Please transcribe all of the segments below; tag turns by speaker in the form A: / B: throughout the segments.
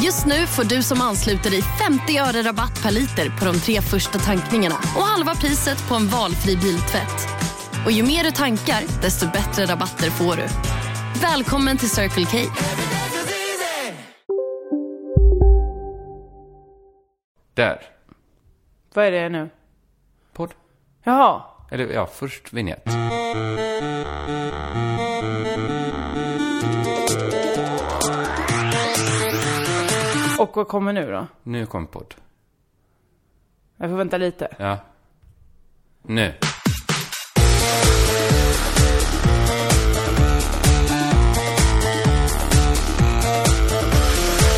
A: Just nu får du som ansluter dig 50 öre rabatt per liter på de tre första tankningarna och halva priset på en valfri biltvätt. Och ju mer du tankar, desto bättre rabatter får du. Välkommen till Circle K.
B: Där.
C: Vad är det nu?
B: Podd.
C: Jaha.
B: Eller ja, först vignett.
C: Och vad kommer nu då?
B: Nu kom podd.
C: Jag får vänta lite.
B: Ja. Nu.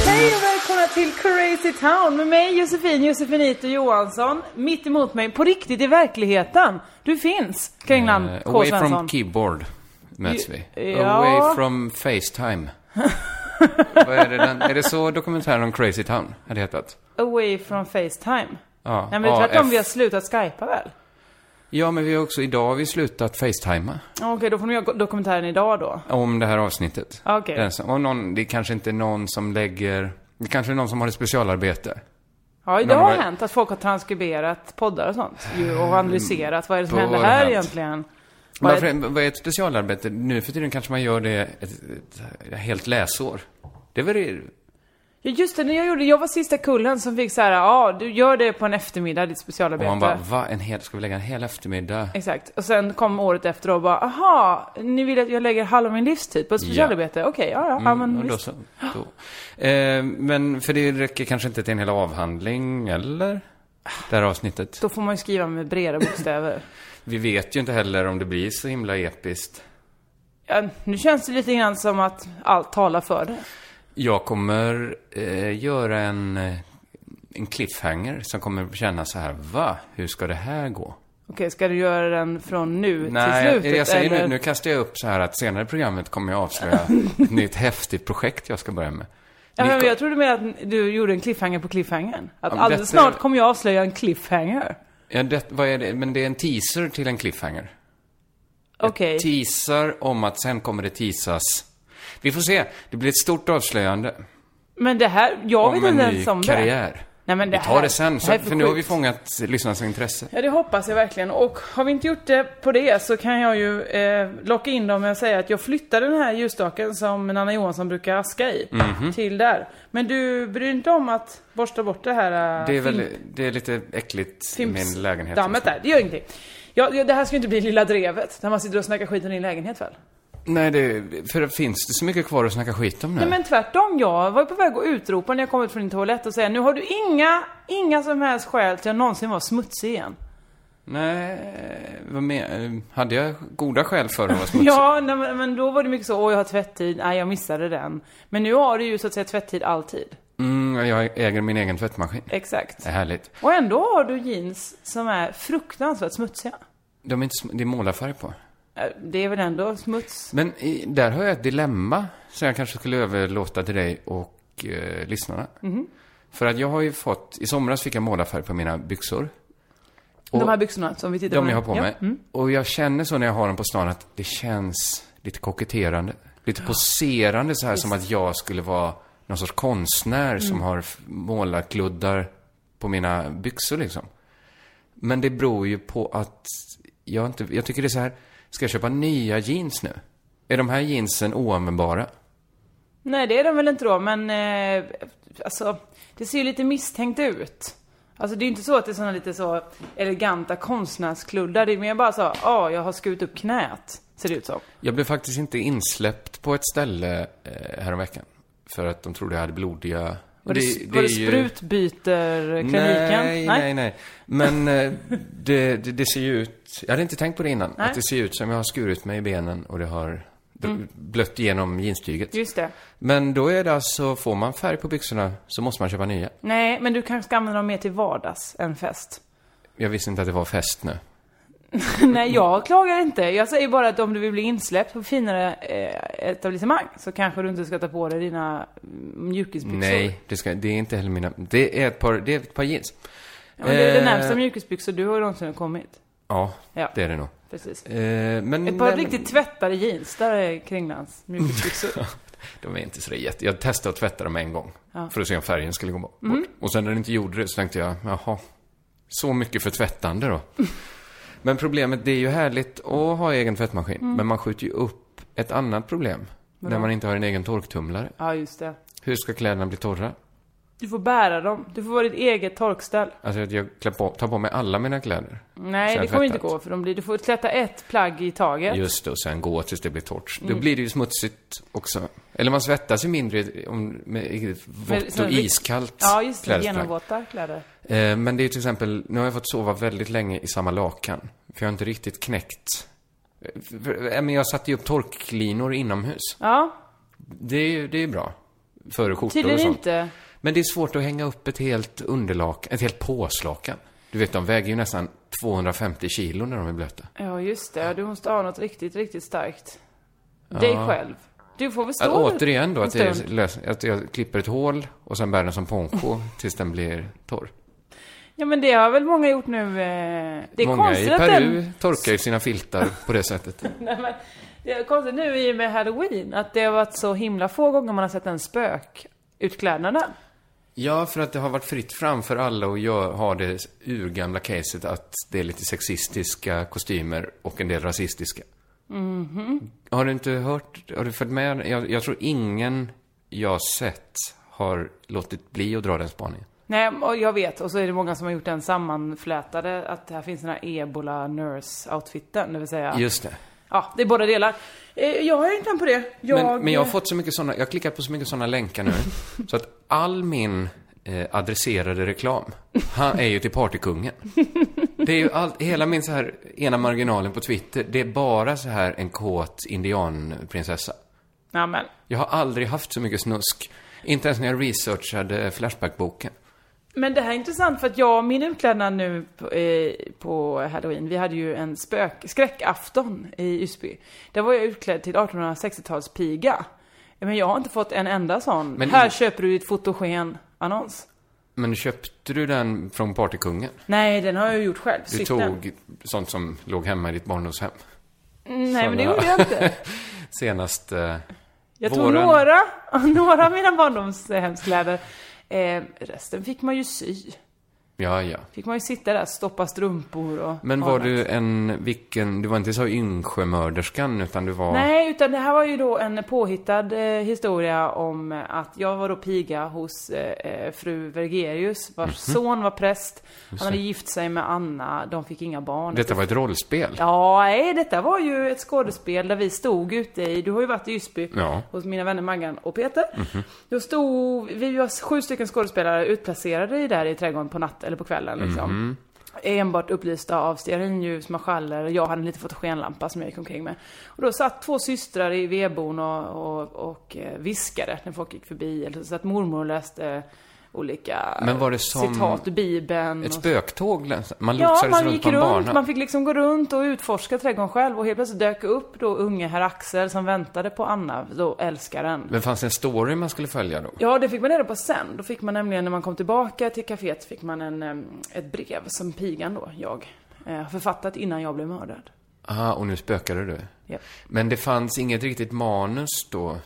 C: Hej och välkomna till Crazy Town med mig Josefin Josefinito Johansson. Mitt emot mig, på riktigt i verkligheten. Du finns, Kringland
B: Eh,
C: K.
B: away
C: Svensson.
B: from keyboard möts vi.
C: ja.
B: Away from Facetime. Vad är det den? Är det så dokumentären om Crazy Town hade hetat?
C: Away from Facetime.
B: Ja,
C: Nej men det är tvärtom,
B: AF.
C: vi har slutat skypa väl?
B: Ja, men vi har också, idag har vi slutat Facetima
C: Okej, då får ni göra dokumentären idag då.
B: om det här avsnittet.
C: Okej.
B: Den som- Och någon, det är kanske inte någon som lägger, det kanske är någon som har ett specialarbete.
C: Ja, idag
B: Men
C: har
B: vad-
C: hänt att folk har transkriberat poddar och sånt. Ju, och analyserat, vad är det som
B: Vad
C: händer
B: har
C: här
B: hänt?
C: egentligen? Vad är-
B: Varför, vad är ett specialarbete? Nu för tiden kanske man gör det ett, ett, ett helt läsår. Det är väl det-
C: Ja just det, när jag gjorde, jag var sista kullen som fick så här, ja du gör det på en eftermiddag, ditt
B: Och
C: specialarbete.
B: man bara, va? En hel, ska vi lägga en hel eftermiddag?
C: Exakt. Och sen kom året efter och bara, aha, ni vill att jag lägger halva min livstid på ett specialarbete? Okej, ja, ja, ja, men
B: Mm, och då
C: visst.
B: så, då. Eh, men för det räcker kanske inte till en hel avhandling, eller? Det här avsnittet.
C: Då får man ju skriva med breda bokstäver.
B: Vi vet ju inte heller om det blir så himla episkt.
C: ja, nu känns det lite grann som att allt talar för det.
B: Jag kommer eh, göra en, eh, en cliffhanger som kommer känna så här, va? Hur ska det här gå?
C: Okej, ska du göra den från nu
B: Nej,
C: till slutet?
B: jag, jag säger
C: eller?
B: nu, nu kastar jag upp så här att senare i programmet kommer jag avslöja ett nytt häftigt projekt jag ska börja med.
C: Ja,
B: Ni
C: men
B: kom-
C: jag trodde mer att du gjorde en cliffhanger på cliffhangern. Att
B: men
C: alldeles
B: detta-
C: snart kommer jag avslöja en cliffhanger.
B: ja, det, vad är det? Men det är en teaser till en cliffhanger.
C: Okej.
B: Teaser om att sen kommer det teasas. Vi får se. Det blir ett stort avslöjande.
C: Men det här, jag vet
B: Om en
C: inte
B: ny
C: ens om det.
B: karriär.
C: Nej, men det
B: Vi tar
C: här-
B: det sen,
C: det här
B: så,
C: är för
B: för nu har vi
C: sjukt.
B: fångat lyssnarnas intresse.
C: Ja, det hoppas jag verkligen. Och har vi inte gjort det på det så kan jag ju eh, locka in dem med att säga att jag flyttade den här ljusstaken som Nanna Johansson brukar aska i
B: Mhm.
C: till där. Men du bryr dig inte om att borsta bort det här eh,
B: Det är väl,
C: fimp-
B: det är lite äckligt i min lägenhet.
C: fimpsdammet där. Det gör ingenting. Ja, ja, det här ska ju inte bli lilla drevet där man sitter och snackar skit om din lägenhet väl?
B: Nej, det, för det finns det så mycket kvar att snacka skit om nu?
C: Nej men tvärtom, jag var ju på väg att utropa när jag kom ut från din toalett och säga nu har du inga, inga som helst skäl till att någonsin vara smutsig igen.
B: Nej, vad men, hade jag goda skäl för att vara smutsig?
C: Ja, nej, men, men då var det mycket så, åh jag har tvätttid, nej jag missade den. Men nu har du ju så att säga tvätttid alltid.
B: Mm, jag äger min egen tvättmaskin.
C: Exakt.
B: Det är härligt.
C: Och ändå har du jeans som är fruktansvärt smutsiga.
B: De är inte, sm- det är målarfärg på.
C: Eh, Det är väl ändå smuts?
B: Men i, där har jag ett dilemma som jag kanske skulle överlåta till dig och eh, lyssnarna.
C: Mhm.
B: För att jag har ju fått, i somras fick jag målarfärg på mina byxor.
C: de här byxorna som vi tittar
B: De
C: nu.
B: jag har på
C: ja. mm.
B: mig. Och jag känner så när jag har dem på stan att det känns lite koketterande. Lite poserande så här som att jag skulle vara någon sorts konstnär
C: Mm.
B: som har f- målarkluddar på mina byxor liksom. Men det beror ju på att jag inte, jag tycker det är så här, ska jag köpa nya jeans nu? Är de här jeansen oanvändbara?
C: Nej det är de väl inte då, men eh, alltså det ser ju lite misstänkt ut. Alltså det är ju inte så att det är såna lite så eleganta konstnärskluddar, det är mer bara så, ja jag har skurit upp knät, ser det ut som.
B: Jag blev faktiskt inte insläppt på ett ställe eh, häromveckan. För att de trodde jag hade blodiga...
C: Var det,
B: det- det är
C: var det
B: ju-
C: sprutbyterkliniken?
B: Nej, nej, nej. Men eh, det, det, det ser ju ut... Jag hade inte tänkt på det innan. Att det ser ut som jag har skurit mig i benen och det har bl-
C: Mm.
B: blött igenom jeanstyget.
C: Just det.
B: Men då är det alltså, får man färg på byxorna så måste man köpa nya.
C: Nej, men du kanske ska använda dem mer till vardags än fest.
B: Jag visste inte att det var fest nu.
C: Nej, jag klagar inte. Jag säger bara att om du vill bli insläppt på finare eh, etablissemang så kanske du inte ska ta på dig dina mm, mjukisbyxor.
B: Nej, det, ska, det är inte heller mina... Det är ett par, det är ett par jeans.
C: Ja, men det är det
B: Eh,
C: närmsta mjukisbyxor du har någonsin kommit.
B: Ja,
C: Ja.
B: det är det nog.
C: Precis.
B: Eh, men,
C: Ett par
B: men,
C: riktigt tvättade jeans, där är Kringlands mjukisbyxor.
B: De är inte så jätte... Jag testade att tvätta dem en gång.
C: Ja. Mm.
B: För att se om färgen skulle gå bort. Och sen när den inte gjorde det så tänkte jag, jaha. Så mycket för tvättande då. men problemet, det är ju härligt att ha egen tvättmaskin.
C: Mm.
B: Men man skjuter ju upp ett annat problem. När man inte har en egen torktumlare.
C: ja, just det.
B: Hur ska kläderna bli torra?
C: Du får bära dem. Du får vara ditt eget torkställ.
B: Alltså att jag klär på, tar på mig alla mina kläder.
C: Nej,
B: Sen
C: det kommer inte
B: tvättat.
C: gå för de blir... Du får tvätta ett Mm. plagg i taget.
B: Just det, och sen gå tills det blir torrt. Då blir det ju smutsigt också. Eller man svettas ju mindre i- om, med i
C: Men
B: vått
C: så-
B: och iskallt
C: Ja, just det.
B: klädesplagg.
C: Genomvåta kläder.
B: Eh, Men det är ju till exempel, nu har jag fått sova väldigt länge i samma lakan. För jag har inte riktigt knäckt. Eh, för- eh, Men jag satte ju upp torklinor inomhus.
C: Ja,
B: Det är ju det är bra. Före skjortor och
C: tydligen
B: sånt.
C: inte.
B: Men det är svårt att hänga upp ett helt underlakan, ett helt påslakan. Du vet, de väger ju nästan 250 kilo när de är blöta.
C: Ja, just det. Du måste ha något riktigt, riktigt starkt. Dig själv. Du får väl stå
B: Att,
C: där
B: återigen då,
C: en
B: att jag,
C: stund.
B: lös, att jag klipper ett hål och sen bär den som poncho tills den blir torr.
C: Ja, men det har väl många gjort nu. eh, Det är
B: Många i
C: konstigt att
B: Peru
C: den...
B: torkar ju sina filtar på det sättet.
C: Nej, men det är konstigt nu i och med halloween att det har varit så himla få gånger man har sett en spökutklädnaden.
B: Ja, för att det har varit fritt fram för alla och jag har det urgamla caset att det är lite sexistiska kostymer och en del rasistiska. Har du inte hört, har du följt med? Jag, jag tror ingen jag sett har låtit bli att dra den spaningen.
C: Nej, och jag vet. Och så är det många som har gjort den sammanflätade, att här finns den här ebola nurse-outfiten, det vill säga.
B: Just det.
C: Ja, det är båda delar. Eh, Jag har inte på det. Jag...
B: Men, men jag har fått så mycket sådana, jag har klickat på så mycket sådana länkar nu. så att all min eh, adresserade reklam, han är ju till partykungen. Det är ju allt, hela min så här ena marginalen på Twitter, det är bara så här en kåt indianprinsessa.
C: Ja, men.
B: Jag har aldrig haft så mycket snusk. Inte ens när jag researchade Flashback-boken.
C: Men det här är intressant för att jag och min utklädnad nu på, eh, på halloween, vi hade ju en spök, skräckafton i Ysby. Där var jag utklädd till 1860-talspiga. Men jag har inte fått en enda sån.
B: Men-
C: här köper du ditt fotogen-annons.
B: Men köpte du den från partykungen?
C: Nej, den har jag ju gjort själv.
B: Du
C: sytt den.
B: tog sånt som låg hemma i ditt barndomshem.
C: Mm, Nej, men det
B: såna-
C: gjorde jag inte.
B: Senast... Eh,
C: Jag tog
B: Våren.
C: några, några av mina barndomshemskläder. Eh, resten fick man ju sy.
B: ja, ja.
C: Fick man ju sitta där, stoppa strumpor och
B: Men var
C: annat.
B: du en, vilken, du var inte så Yngsjömörderskan utan du var...
C: Nej, utan det här var ju då en påhittad eh, historia om eh, att jag var då piga hos eh, eh, fru Vergerius, vars son var präst. Han hade gift sig med Anna, de fick inga barn.
B: Detta var ett rollspel.
C: Ja, nej, detta var ju ett skådespel där vi stod ute i, du har ju varit i Ysby,
B: Ja. Mhm.
C: hos mina vänner Maggan och Peter. Då stod, vi var sju stycken skådespelare utplacerade i där i trädgården på natt eller på kvällen liksom.
B: Mhm.
C: Enbart upplysta av stearinljus, marschaller och jag hade en liten fotogenlampa som jag gick omkring med. Och då satt två systrar i vedbon och, och, och eh, viskade när folk gick förbi. Eller så satt mormor och läste eh, olika
B: Men var det som
C: citat ur bibeln.
B: Ett
C: och-
B: spöktåg längs- Man
C: Ja,
B: lotsades
C: man
B: runt
C: gick
B: på en
C: runt,
B: bana.
C: man fick liksom gå runt och utforska trädgården själv och helt plötsligt dök upp då unge herr Axel som väntade på Anna, då älskaren.
B: Men fanns det en story man skulle följa då?
C: Ja, det fick man reda på sen. Då fick man nämligen när man kom tillbaka till kaféet fick man en, em, ett brev som pigan då, jag, eh, har författat innan jag blev mördad.
B: Aha, och nu spökade du.
C: Japp.
B: Men det fanns inget riktigt manus då?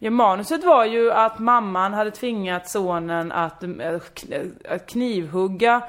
C: Ja, manuset var ju att mamman hade tvingat sonen att, eh, kn- att knivhugga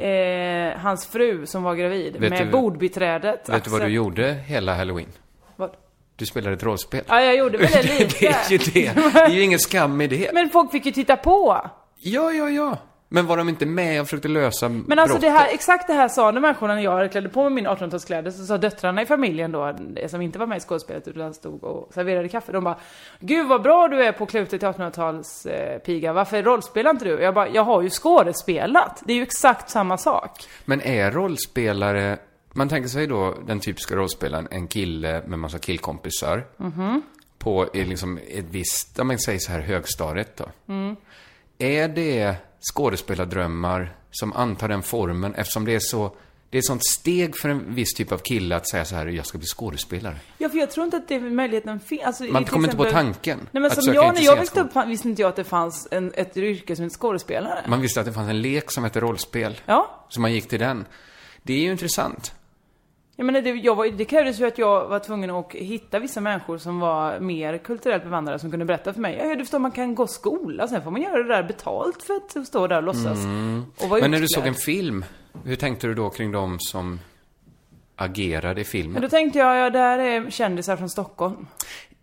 C: eh, hans fru som var gravid
B: Mm. Vet
C: med
B: du-
C: bordbiträdet.
B: Vet du vad
C: Axel.
B: du gjorde hela halloween?
C: Vad?
B: Du spelade ett rollspel.
C: Ja, jag gjorde väl det lite.
B: det är ju det. Det är ju ingen skam i det.
C: Men folk fick ju titta på.
B: Ja, ja, ja. Men var de inte med och försökte lösa
C: Men alltså det här, exakt det här sa de människorna när jag klädde på mig min 1800-talskläder, så sa döttrarna i familjen då, som inte var med i skådespelet utan stod och serverade kaffe, de bara Gud vad bra du är på klutet till 1800-talspiga, eh, piga. varför rollspelar inte du? Jag bara, jag har ju skådespelat, det är ju exakt samma sak.
B: Men är rollspelare, man tänker sig då den typiska rollspelaren, en kille med massa killkompisar.
C: Mhm.
B: På i liksom ett
C: Mm.
B: visst, om man säger så här högstadiet då. Är det skådespelardrömmar som antar den formen eftersom det är så, det är ett sånt steg för en viss typ av kille att säga så här, jag ska bli skådespelare.
C: Ja, för jag tror inte att det möjligheten finns. Alltså,
B: Man
C: till
B: kommer inte på tanken
C: Nej, men
B: att
C: som
B: söka in
C: jag, när
B: till
C: jag
B: scenskolan.
C: växte upp fan- visste inte jag att det fanns en, ett yrke som en skådespelare.
B: Man visste att det fanns en lek som hette rollspel.
C: Ja.
B: Så man gick till den. Det är ju intressant.
C: Jag menar, det, jag var, det krävdes ju att jag var tvungen att hitta vissa människor som var mer kulturellt bevandrade som kunde berätta för mig. Ja, du förstår, man kan gå skola, sen får man göra det där betalt för att stå där och låtsas. Och vara
B: Mm. Men när du
C: utklädd.
B: såg en film, hur tänkte du då kring de som agerade i filmen?
C: Men då tänkte jag, ja, där är kändisar från Stockholm.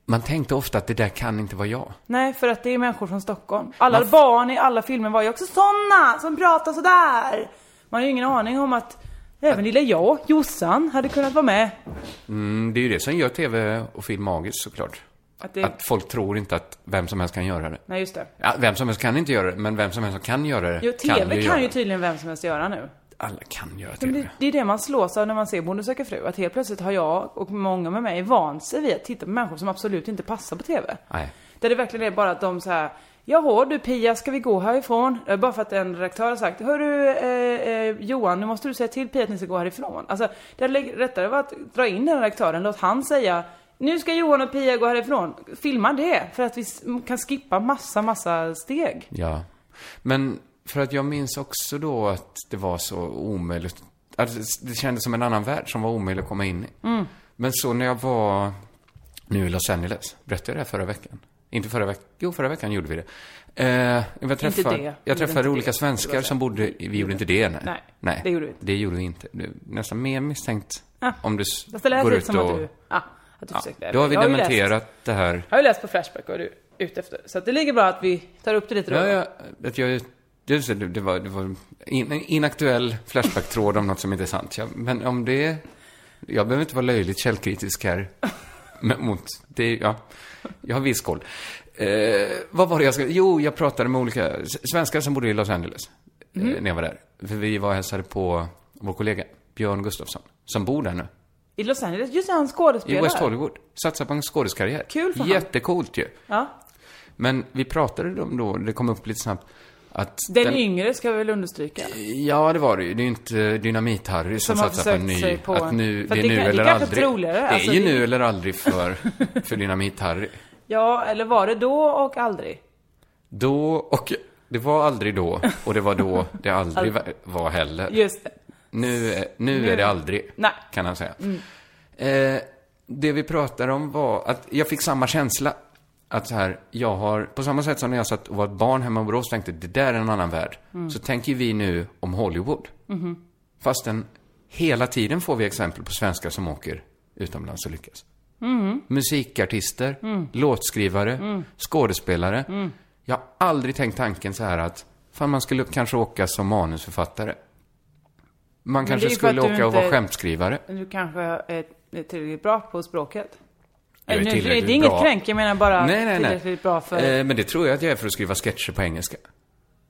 B: Man tänkte ofta att det där kan inte vara jag.
C: Nej, för att det är människor från Stockholm. Alla barn i alla filmer var ju också såna som pratar sådär. Man har ju ingen aning om att även lilla jag, Jossan, hade kunnat vara med.
B: Mm, det är ju det som gör tv och film magiskt såklart.
C: Att det,
B: Att folk tror inte att vem som helst kan göra det.
C: nej, just det.
B: Ja, vem som helst kan inte göra det, men vem som helst som kan göra det
C: Jo, TV kan ju,
B: göra det.
C: tydligen vem som helst göra nu.
B: Alla kan göra
C: Men
B: TV.
C: det, det är det man slås av när man ser Bonde söker fru. Att helt plötsligt har jag och många med mig vant sig vid att titta på människor som absolut inte passar på TV.
B: Nej.
C: Där det verkligen är bara att de så här. Jaha du Pia, ska vi gå härifrån? Det är Bara för att en redaktör har sagt Hörru eh, eh, Johan, nu måste du säga till Pia att ni ska gå härifrån. Alltså, det hade lä- rättare var att dra in den redaktören, låt han säga Nu ska Johan och Pia gå härifrån. Filma det, för att vi s- kan skippa massa, massa steg.
B: Ja. Men för att jag minns också då att det var så omöjligt. Att det kändes som en annan värld som var omöjlig att komma in i.
C: Mm.
B: Men så när jag var nu i Los Angeles, berättade jag det här förra veckan? Inte förra veckan, jo förra veckan gjorde vi det. Eh, jag träffade, Jag
C: det. Gjorde inte
B: träffade olika
C: det.
B: svenskar som bodde, i- vi gjorde inte det nej.
C: Nej, det gjorde vi inte.
B: Det gjorde vi inte. Det är nästan mer misstänkt
C: Ah.
B: om du s-
C: Fast det lät
B: går
C: lite
B: ut
C: som
B: och...
C: att du, ah, att du försökte.
B: ja, då har vi
C: Jag ju läst-
B: dementerat det här.
C: Jag har ju läst på Flashback vad du är ute efter. Så att det ligger bra att vi tar upp det lite då.
B: Ja, ja, att jag, just det, det var, det var in, en inaktuell Flashback-tråd om något som inte är sant. Ja, men om det... Jag behöver inte vara löjligt källkritisk här. Men mot, det, ja, jag har viss koll. Eh, vad var det jag ska... Jo, jag pratade med olika s- svenskar som bodde i Los Angeles. Eh,
C: Mm.
B: när jag var där. För vi var och hälsade på vår kollega Björn Gustafsson. Som bor där nu.
C: I Los Angeles, just det, han
B: I
C: skådespelare.
B: West Hollywood. Satsar på en skådiskarriär.
C: Kul för han.
B: Jättecoolt ju.
C: Ja.
B: Men vi pratade om då, det kom upp lite snabbt, att...
C: Den, yngre ska vi väl understryka.
B: Ja, det var det ju. Det är ju inte Dynamit-Harry som,
C: Som har
B: satsar på en
C: försökt sig
B: ny...
C: på-
B: Att nu,
C: För
B: det är
C: det
B: nu
C: kan- det
B: eller
C: kanske är
B: aldrig.
C: troligare.
B: Det
C: Alltså,
B: är ju
C: det-
B: nu eller aldrig för, för Dynamit-Harry.
C: Ja, eller var det då och aldrig?
B: Då och... Det var aldrig då och det var då det aldrig var heller.
C: Just det.
B: Nu, är- nu är det aldrig,
C: Nej. Mm.
B: kan han säga. Eh, det vi pratade om var att jag fick samma känsla. Att så här, jag har, på samma sätt som när jag satt och var ett barn hemma i Borås och tänkte, det där är en annan värld.
C: Mm.
B: Så tänker vi nu om Hollywood. Fastän hela tiden får vi exempel på svenskar som åker utomlands och lyckas.
C: Mm.
B: Musikartister, låtskrivare, skådespelare.
C: Mm.
B: Jag har aldrig tänkt tanken så här att, fan man skulle kanske åka som manusförfattare. Man
C: det
B: kanske
C: är ju för
B: skulle
C: att du
B: åka och vara
C: inte-
B: skämtskrivare.
C: Du kanske är är tillräckligt bra på språket?
B: Jag är
C: nu, det
B: tillräckligt
C: är inget
B: bra.
C: kränk, jag menar bara
B: Nej, nej,
C: tillräckligt
B: nej.
C: bra för...
B: Eh, men det tror jag att jag är för att skriva sketcher på engelska.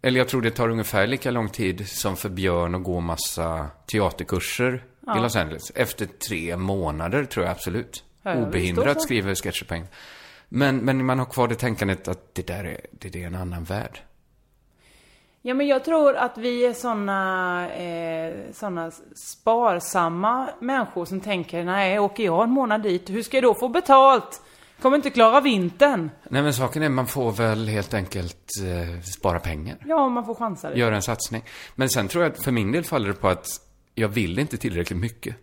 B: Eller jag tror det tar ungefär lika lång tid som för Björn att gå massa teaterkurser i Los Angeles. Efter tre månader tror jag absolut.
C: Ja, ja, visst,
B: Obehindrat
C: då så.
B: skriver sketcher på engelska. Men, men man har kvar det tänkandet att det där är, det, det är en annan värld.
C: Ja, men jag tror att vi är såna, eh, såna sparsamma människor som tänker, nej, åker jag en månad dit, hur ska jag då få betalt? Kommer inte klara vintern.
B: Nej men saken är, man får väl helt enkelt eh, spara pengar.
C: Ja, man får chansa det.
B: Göra en satsning. Men sen tror jag att för min del faller det på att jag vill inte tillräckligt mycket.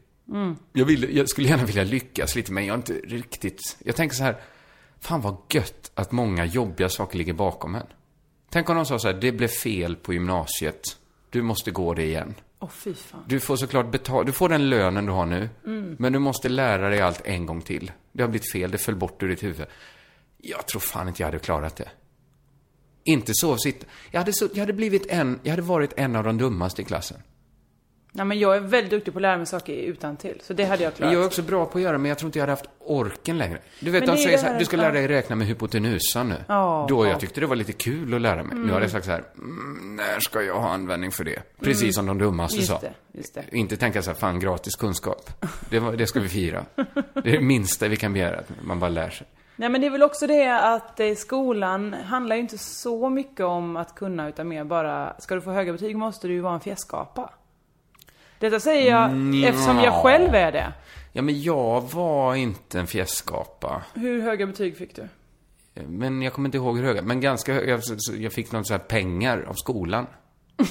B: Jag, vill, jag skulle gärna vilja lyckas lite, men jag är inte riktigt... Jag tänker så här, fan vad gött att många jobbiga saker ligger bakom en. Tänk om någon sa så här, det blev fel på gymnasiet, du måste gå det igen.
C: Åh, fy fan.
B: Du får såklart betala, du får den lönen du har nu,
C: Mm.
B: men du måste lära dig allt en gång till. Det har blivit fel, det föll bort ur ditt huvud. Jag tror fan inte jag hade klarat det. Inte så att sitta. Jag hade, så, jag hade blivit en, jag hade varit en av de dummaste i klassen.
C: Ja, men jag är väldigt duktig på att lära mig saker utan till. så det hade jag
B: Jag
C: klarat.
B: är också bra på att göra, men jag tror inte jag hade haft orken längre. Du vet, de
C: Men det är
B: säger
C: det
B: så
C: här-
B: här, du ska lära dig räkna med hypotenusan nu.
C: Ja,
B: Då
C: ja.
B: jag tyckte det var lite kul att lära mig. Nu har jag sagt så här, mm, när ska jag ha användning för det? Precis som de dummaste sa.
C: Mm. Just det, just det.
B: Inte tänka så här, fan gratis kunskap. Det, var, det ska vi fira. Det är det minsta vi kan begära, att man bara lär sig.
C: Nej men det är väl också det att eh, skolan handlar ju inte så mycket om att kunna utan mer bara, ska du få höga betyg måste du ju vara en fjäskapa. Detta säger jag
B: Nja.
C: eftersom jag själv är det.
B: Ja, men jag var inte en fjäskapa.
C: Hur höga betyg fick du?
B: Men jag kommer inte ihåg hur höga. Men ganska höga. Jag, jag fick någon så här pengar av skolan.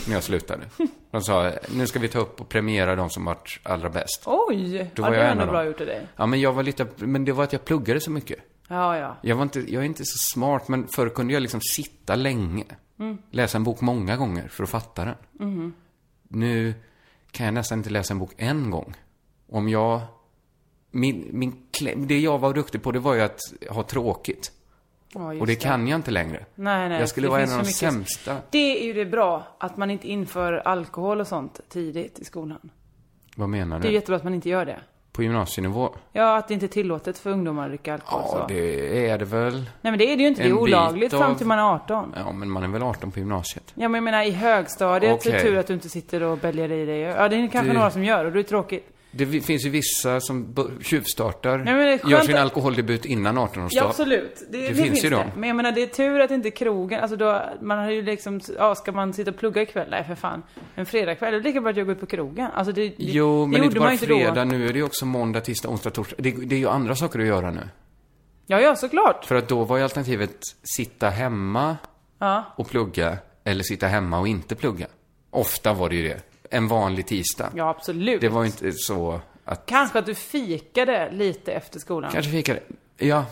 B: När jag slutade. De sa, nu ska vi ta upp och premiera de som varit allra bäst.
C: Oj!
B: Då
C: ja,
B: var
C: det
B: jag en
C: var ändå
B: av
C: bra
B: dem.
C: gjort av dig.
B: Ja, men jag var lite, men det var att jag pluggade så mycket.
C: Ja, ja.
B: Jag var inte, jag är inte så smart, men förr kunde jag liksom sitta länge.
C: Mm.
B: Läsa en bok många gånger för att fatta den.
C: Mm-hmm.
B: Nu kan jag nästan inte läsa en bok en gång. Om jag... Min, min, klä- det jag var duktig på, det var ju att ha tråkigt.
C: Ja, just
B: Och det kan jag inte längre.
C: Nej, nej.
B: jag skulle
C: det
B: vara en
C: finns
B: av de
C: för mycket-
B: sämsta.
C: Det är ju det bra, att man inte inför alkohol och sånt tidigt i skolan.
B: Vad menar
C: Det är
B: du?
C: ju jättebra att man inte gör det.
B: På gymnasienivå?
C: Ja, att det inte är tillåtet för ungdomar att dricka alkohol och
B: Ja,
C: så.
B: det är det väl.
C: Nej men det är det ju inte, det är
B: En bit
C: olagligt fram
B: av-
C: till man är 18.
B: Ja, men man är väl 18 på gymnasiet.
C: Ja men jag menar i högstadiet så är det
B: Okej.
C: tur att du inte sitter och bälgar i dig. Ja det är kanske
B: Du-
C: några som gör och det är tråkigt.
B: Det vi- finns ju vissa som bör- tjuvstartar,
C: men det är skönt
B: gör sin
C: att-
B: alkoholdebut innan 18-årsdag.
C: Ja absolut, det, det,
B: finns ju
C: det.
B: dem.
C: Men jag menar det är tur att inte krogen, alltså då, man har ju liksom, ja ska man sitta och plugga ikväll? Nej för fan. En fredagkväll, det är lika bra att jag går ut på krogen. Alltså det, det
B: Jo,
C: det
B: men
C: gjorde
B: inte
C: man
B: bara
C: ju inte
B: fredag.
C: Då.
B: Nu är det ju också måndag, tisdag, onsdag, torsdag. Det, det är ju andra saker att göra nu.
C: Ja ja såklart.
B: För att då var ju alternativet sitta hemma
C: Ja.
B: och plugga, eller sitta hemma och inte plugga. Ofta var det ju det. En vanlig tisdag.
C: Ja absolut.
B: Det var ju inte så att...
C: Kanske att du fikade lite efter skolan.
B: Kanske fikade. Ja,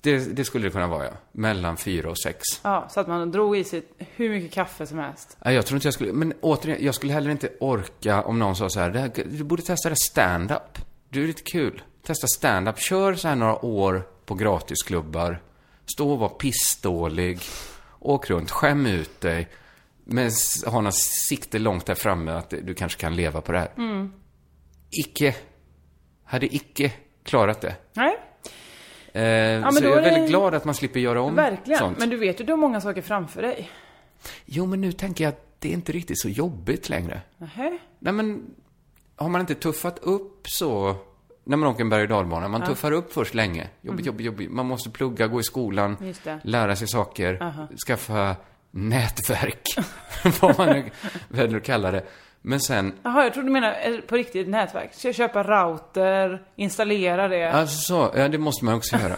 B: det, det skulle det kunna vara, ja. Mellan fyra och sex.
C: Ja, så att man drog i sig hur mycket kaffe som helst.
B: Nej, jag tror inte jag skulle... Men återigen, jag skulle heller inte orka om någon sa så här, det här du borde testa det stand-up. Du är lite kul. Testa stand-up. Kör så här några år på gratisklubbar. Stå och vara pissdålig. Åk runt, skäm ut dig. Men s- ha något sikte långt där framme att du kanske kan leva på det här.
C: Mm.
B: Icke. Hade icke klarat det.
C: Nej,
B: Eh,
C: men
B: så
C: då
B: jag är,
C: är det-
B: väldigt glad att man slipper göra om
C: verkligen.
B: sånt.
C: Men du vet ju, du har många saker framför dig.
B: Jo, men nu tänker jag att det är inte riktigt så jobbigt längre.
C: Nähä?
B: Nej men, har man inte tuffat upp så, när man åker en berg och dalbana, man tuffar upp först länge. Jobbigt, jobbigt, jobbigt. Man måste plugga, gå i skolan,
C: Mm. Just det.
B: lära sig saker, skaffa nätverk, vad man nu väljer att kalla det. Men sen,
C: Jaha, jag trodde du menade eh, på riktigt nätverk. Ska jag köpa router, installera det?
B: alltså, ja det måste man också göra.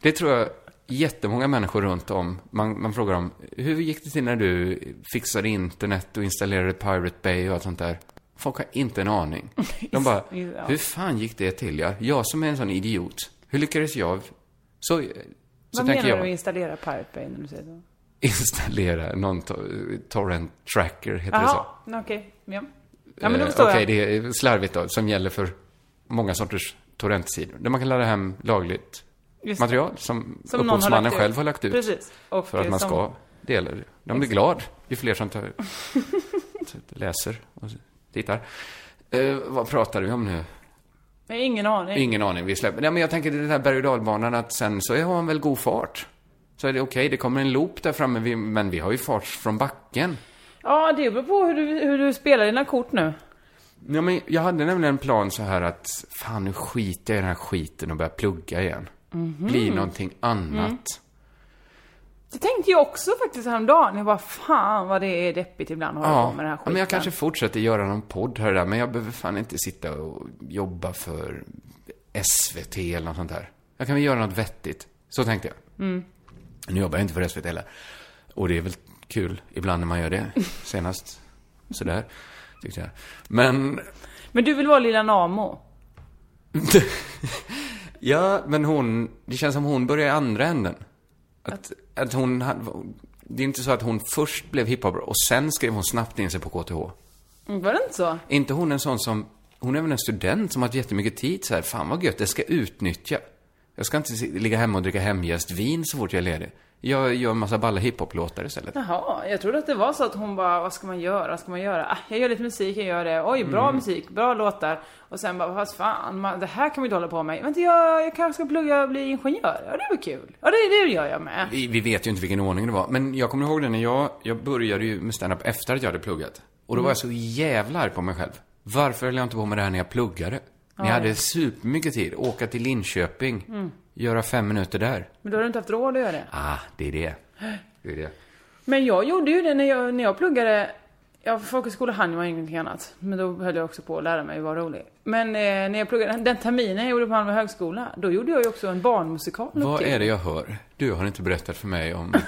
B: det tror jag jättemånga människor runt om, man, man frågar dem, hur gick det till när du fixade internet och installerade Pirate Bay och allt sånt där? Folk har inte en aning. De bara,
C: Ja.
B: hur fan gick det till? Jag, jag som är en sån idiot. Hur lyckades jag? Så, så
C: Vad
B: tänker
C: menar du
B: jag
C: installera Pirate Bay när du säger så?
B: installera någon to- torrent tracker, heter det så?
C: Jaha, okej. Ja. ja, men då
B: Eh,
C: förstår
B: Okej,
C: jag.
B: det är slarvigt då, som gäller för många sorters torrentsidor. Där man kan ladda hem lagligt
C: Just det.
B: material som,
C: Som någon har
B: upphovsmannen
C: lagt ut.
B: själv har lagt ut.
C: Precis. Och
B: För att
C: eh,
B: man
C: som-
B: ska dela det. De blir glad ju fler som tar, läser och tittar. Eh, vad pratar vi om nu?
C: Jag har ingen aning.
B: Ingen aning, vi släpper. Nej, men jag tänker den här berg och dalbanan att sen så har han väl god fart. Så är det okej, det kommer en loop där framme, vi- men vi har ju fart från backen.
C: Ja, det beror på hur du, hur du spelar dina kort nu.
B: Ja, men jag hade nämligen en plan så här att, fan nu skiter jag i den här skiten och börjar plugga igen.
C: Mhm.
B: Bli någonting annat.
C: Mm. Det tänkte jag också faktiskt häromdagen. Jag bara, fan vad det är deppigt ibland att hålla
B: Ja,
C: på med den här skiten.
B: men jag kanske fortsätter göra någon podd här och där, men jag behöver fan inte sitta och jobba för SVT eller något sånt där. Jag kan väl göra något vettigt. Så tänkte jag.
C: Mm.
B: Nu jobbar jag inte för SVT heller. Och det är väl kul ibland när man gör det. Senast sådär, tyckte jag. Men,
C: Men du vill vara lilla Namo?
B: ja, men hon, det känns som hon börjar i andra änden. Att, att hon, det är inte så att hon först blev hiphopper och sen skrev hon snabbt in sig på KTH.
C: Mm, Var det inte så?
B: Är inte hon en sån som, hon är väl en student som har haft jättemycket tid så här, fan vad gött, det ska jag utnyttja. Jag ska inte si- ligga hemma och dricka hemgästvin så fort jag är ledig. Jag gör en massa balla hiphop-låtar istället.
C: Jaha, jag trodde att det var så att hon bara, vad ska man göra, vad ska man göra? Ah, jag gör lite musik, jag gör det. Oj, bra
B: Mm.
C: musik, bra låtar. Och sen bara, fast fan, man, det här kan vi inte hålla på med. Vänta, jag, jag kanske ska plugga och bli ingenjör. Ja, det var kul. Ja, det, det gör jag med.
B: Vi, vi vet ju inte vilken ordning det var, men jag kommer ihåg det när jag, jag började ju med stand-up efter att jag hade pluggat. Och då var jag så jävla arg på mig själv. Varför höll jag inte på med det här när jag pluggade? Ni hade supermycket tid. Åka till Linköping. göra fem minuter där.
C: Men då har du inte haft råd att göra det.
B: Ah, det är det. Det är det.
C: Men jag gjorde ju det när jag, när jag pluggade. Ja, folkhögskola hann jag ingenting annat. Men då höll jag också på att lära mig att vara rolig. Men eh, när jag pluggade, den terminen jag gjorde på Malmö högskola, då gjorde jag ju också en barnmusikal upp
B: Vad
C: till.
B: är det jag hör? Du har inte berättat för mig om...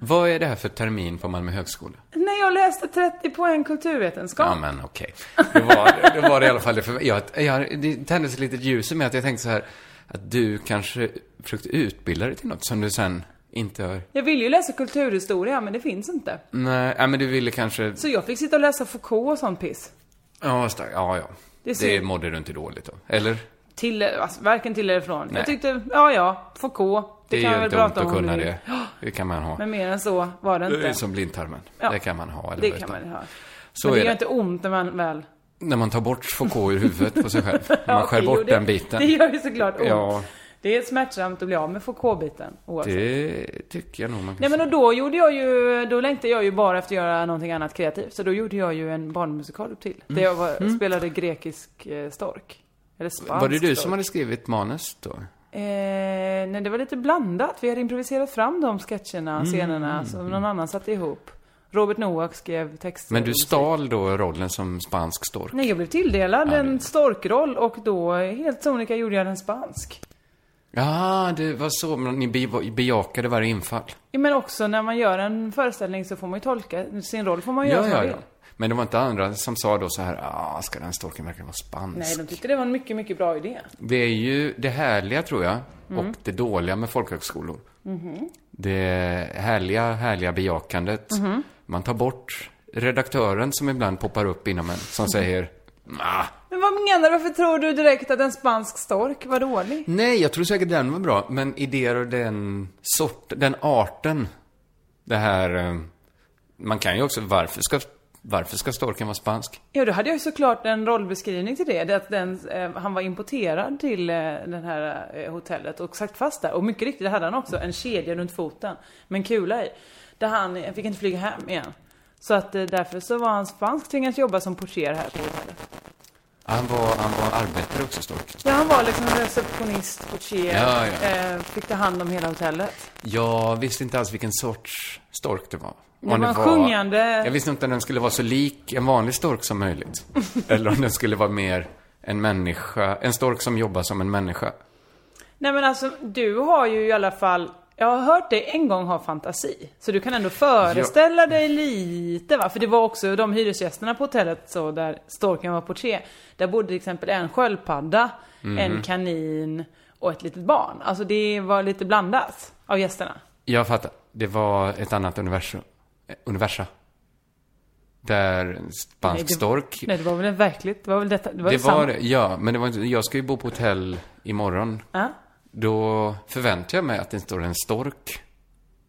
B: Vad är det här för termin på Malmö högskola?
C: När jag läste 30 poäng kulturvetenskap.
B: Ja, men okej. Det, var, det var det i alla fall det för mig. Jag, jag, det tändes ett litet ljus i mig att jag tänkte så här, att du kanske försökte utbilda dig till något som du sen inte har...
C: Jag ville ju läsa kulturhistoria, men det finns inte.
B: Nej, ja, men du ville kanske...
C: Så jag fick sitta och läsa Foucault och sånt piss.
B: Ja, stack, ja, ja.
C: Det
B: Det,
C: är synd.
B: mådde du inte dåligt av. Eller?
C: Till, alltså, varken till eller från.
B: Nej.
C: Jag tyckte, ja ja, Foucault. Det,
B: Det,
C: kan
B: är
C: jag
B: ju
C: väl
B: inte ont
C: prata om.
B: att
C: om
B: kunna
C: du vill.
B: det. Det kan man ha.
C: Men mer än så var det inte.
B: Det är som blindtarmen.
C: Ja.
B: Det kan man ha. Eller
C: det
B: vad
C: kan
B: utan.
C: man ha.
B: Så
C: men det
B: är
C: gör
B: det.
C: inte ont när man väl...
B: När man tar bort Foucault ur huvudet på sig själv. Man
C: Ja,
B: skär
C: det
B: bort
C: gjorde-
B: den biten.
C: Det gör ju såklart ont.
B: Ja.
C: Det är smärtsamt att bli av med Foucault-biten. oavsett.
B: Det tycker jag nog man kan
C: Nej men
B: säga.
C: och då gjorde jag ju, då längtade jag ju bara efter att göra någonting annat kreativt. Så då gjorde jag ju en barnmusikal upp till.
B: Mm.
C: Där jag var, spelade grekisk eh, stork. Eller spansk
B: Var det du
C: stork.
B: som hade skrivit manus då?
C: Eh, nej, det var lite blandat. Vi hade improviserat fram de sketcherna,
B: Mm.
C: scenerna som någon annan satte ihop. Robert Noack skrev texter.
B: Men du
C: och musik.
B: stal då rollen som spansk stork?
C: Nej, jag blev tilldelad
B: Ja,
C: en
B: det-
C: storkroll och då, eh, helt sonika, gjorde jag den spansk.
B: Ja, det var så. Men ni be- bejakade varje infall?
C: Ja, Men också när man gör en föreställning så får man ju tolka, sin roll får man ju göra som man vill.
B: Men det var inte andra som sa då så här, ah, ska den storken verkligen vara spansk?
C: Nej, de tyckte det var en mycket, mycket bra idé.
B: Det är ju det härliga, tror jag,
C: Mm.
B: och det dåliga med folkhögskolor.
C: Mm-hmm.
B: Det härliga, härliga bejakandet.
C: Mm-hmm.
B: Man tar bort redaktören som ibland poppar upp inom en, som säger, ah,
C: Men vad menar du? Varför tror du direkt att en spansk stork var dålig?
B: Nej, jag tror säkert den var bra, men idéer av den sort, den arten. Det här, eh, man kan ju också, varför ska, varför ska storken vara spansk?
C: Ja, då hade jag ju såklart en rollbeskrivning till det. det att den, eh, han var importerad till eh, det här eh, hotellet och satt fast där. Och mycket riktigt, det hade han också. En kedja runt foten med en kula i. Där han eh, fick inte flyga hem igen. Så att eh, därför så var han spansk, tvingades jobba som portier här på hotellet.
B: Han var, han var arbetare också, storken.
C: Ja, han var liksom receptionist, portier,
B: Ja, ja.
C: Eh, fick ta hand om hela hotellet.
B: Jag visste inte alls vilken sorts stork det var. Om
C: var en sjungande-
B: Jag visste inte om den skulle vara så lik en vanlig stork som möjligt. Eller om den skulle vara mer en människa, en stork som jobbar som en människa.
C: Nej men alltså, du har ju i alla fall jag har hört dig en gång ha fantasi. Så du kan ändå föreställa dig lite va? För det var också de hyresgästerna på hotellet så där storken var portier. Där bodde till exempel en sköldpadda, en
B: Mhm.
C: kanin och ett litet barn. Alltså det var lite blandat av gästerna.
B: Jag fattar. Det var ett annat universum. Eh, Universa. Där en spansk
C: Nej, det-
B: stork.
C: Nej det var väl verkligt, det var väl detta, det var
B: det
C: väl sant?
B: var det, ja. Men det var inte, jag ska ju bo på hotell imorgon.
C: Ja.
B: Då förväntar jag mig att det står en stork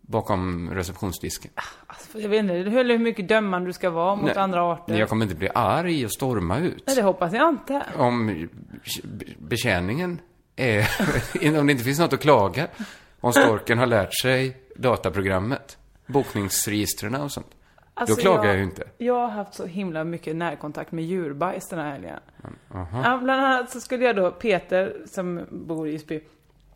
B: bakom receptionsdisken.
C: Alltså, jag vet inte, det höll hur mycket dömande du ska vara mot
B: Nej,
C: andra arter.
B: Jag kommer inte bli arg och storma ut.
C: Nej det hoppas jag inte.
B: Om be- betjäningen är... om det inte finns något att klaga. Om storken har lärt sig dataprogrammet. Bokningsregistren och sånt.
C: Alltså,
B: då klagar jag ju inte.
C: Jag har haft så himla mycket närkontakt med djurbajs den här helgen.
B: Mm,
C: Ja, bland annat så skulle jag då, Peter som bor i Isby,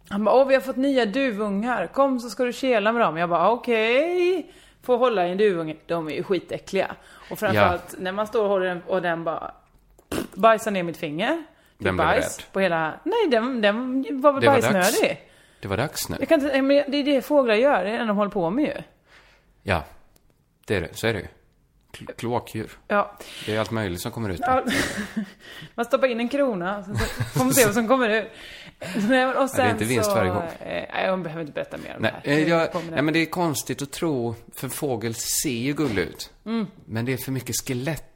C: han bara åh vi har fått nya duvungar, kom så ska du kela med dem. Jag bara okej, får hålla i en duvunge. De är ju skitäckliga. Och framförallt när man står och håller den och den bara bajsar ner mitt finger. Det är
B: Den blev
C: bajs
B: rädd.
C: på hela, nej den, den var väl
B: Det var dags.
C: bajsnödig.
B: Det var dags nu.
C: Jag kan inte, nej, men det är det fåglar gör, det är det de håller på med ju.
B: Ja, det är det. Så är det ju. Kl- Kloakdjur.
C: Ja,
B: Det är allt möjligt som kommer ut.
C: Ja. Man stoppar in en krona, så får man se vad som kommer ut. Nej, men- Och sen
B: inte vinst
C: så,
B: varje gång.
C: eh, Nej, jag behöver inte berätta mer om
B: Nej,
C: det här.
B: eh, jag,
C: kommer
B: nej, men det är konstigt att tro, för en fågel ser ju gullig ut.
C: Mm.
B: Men det är för mycket skelett.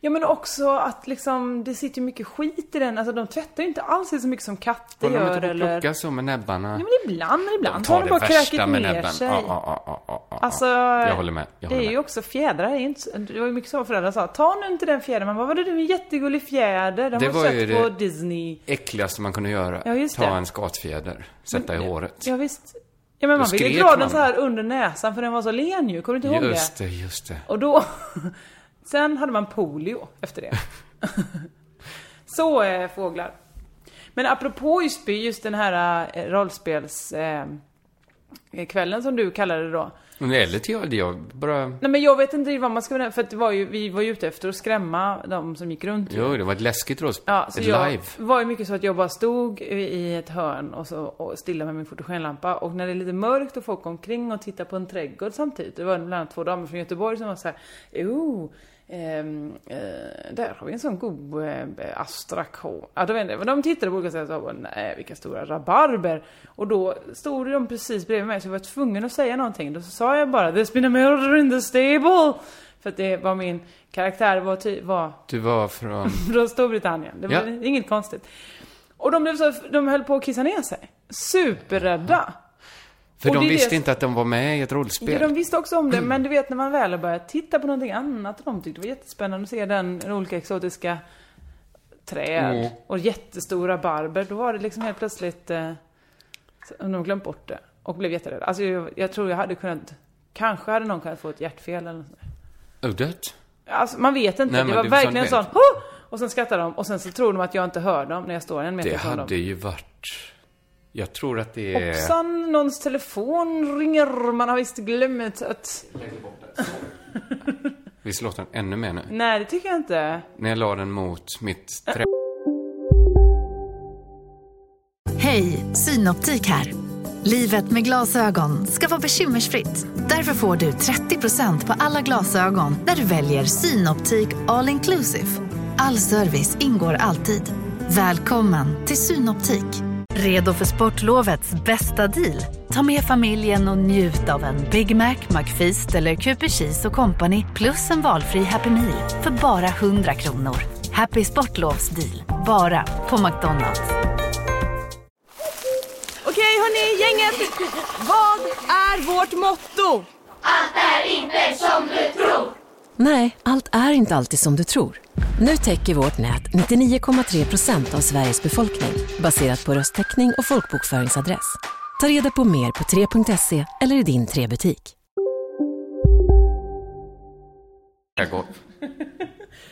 C: Ja, men också att liksom, det sitter ju mycket skit i den. Alltså, de tvättar ju inte alls så mycket som katter
B: Håller de inte
C: gör.
B: på att
C: Eller...
B: plocka så med näbbarna?
C: Ja, men ibland, ibland
B: Ta
C: har de bara kräkit
B: med
C: ner
B: näbben.
C: sig.
B: Ja, ja, ja, ja, ja.
C: Alltså,
B: jag håller med. Jag
C: det är
B: håller med.
C: ju också fjädrar. är ju inte så- Det var ju mycket så föräldrar sa. Ta nu inte den fjädern. Man bara, vadå det är en jättegullig fjäder. Den
B: Det
C: har
B: var
C: jag
B: ju
C: sett
B: det-
C: på Disney.
B: Äckligaste man kunde göra.
C: Ja, just
B: Ta
C: det.
B: en skatfjäder, sätta i håret.
C: Ja, visst. Ja, men man ville ju
B: skrek
C: dra
B: man.
C: den så här under näsan för den var så len ju. Kommer du inte ihåg det?
B: Just det, just det.
C: Och då... Sen hade man polio efter det. så är eh, fåglar. Men apropå Ysby, just den här eh, rollspels... Eh, kvällen som du kallade det då.
B: Eller till jag, jag bara...
C: Nej men jag vet inte vad man ska benämna, för att det var ju, vi var ju ute efter att skrämma de som gick runt.
B: Jo, det var ett läskigt rollspel.
C: Ja, så
B: ett
C: jag
B: live.
C: var ju mycket så att jag bara stod i ett hörn och så och stilla med min fotogenlampa och när det är lite mörkt och folk går omkring och tittar på en trädgård samtidigt. Det var bland annat två damer från Göteborg som var så här, oh, ehm, eh, där har vi en sån god eh, astrakå. Ja, de, vände- de tittade på olika sätt och sa, nej vilka stora rabarber. Och då stod de precis bredvid mig så jag var tvungen att säga någonting. Då sa jag bara, there's been a murder in the stable. För att det var min karaktär var, ty- var
B: Du var från...
C: från Storbritannien. Det var
B: Ja.
C: inget konstigt. Och de, blev så, de höll på att kissa ner sig. Superrädda.
B: För
C: Och
B: de
C: det är
B: visste
C: det-
B: inte att de var med i ett rollspel.
C: Ja, de visste också om
B: Mm.
C: det, men du vet när man väl har börjat titta på någonting annat och de tyckte det var jättespännande att se den den olika exotiska träd
B: Mm.
C: och jättestora barber. Då var det liksom helt plötsligt, eh, så- de glömt bort det och blev jätterädda. Alltså jag, jag tror jag hade kunnat, kanske hade någon kunnat få ett hjärtfel eller något sånt.
B: Uddet?
C: Alltså man vet inte,
B: Nej,
C: det
B: men
C: var
B: det är
C: verkligen en
B: sån
C: sån "Hå!" Och sen skrattar de och sen så tror de att jag inte hör dem när jag står en meter
B: Det
C: från dem.
B: hade ju varit... Jag tror att det är...
C: Hoppsan, någons telefon ringer. Man har visst glömt att...
B: Vi slår den ännu mer nu.
C: Nej, det tycker jag inte.
B: När jag la den mot mitt trä...
D: Hej, Synoptik här. Livet med glasögon ska vara bekymmersfritt. Därför får du 30% på alla glasögon när du väljer Synoptik All Inclusive. All service ingår alltid. Välkommen till Synoptik. Redo för sportlovets bästa deal? Ta med familjen och njut av en Big Mac, McFeast eller Cooper Cheese och Company plus en valfri Happy Meal för bara 100 kronor. Happy Sportlovs deal, bara på McDonalds.
E: Okej hörni, gänget. Vad är vårt motto?
F: Nej, allt är inte alltid som du tror. Nu täcker vårt nät 99,3 procent av Sveriges befolkning baserat på röstteckning och folkbokföringsadress. Ta reda på mer på 3.se eller i din 3-butik.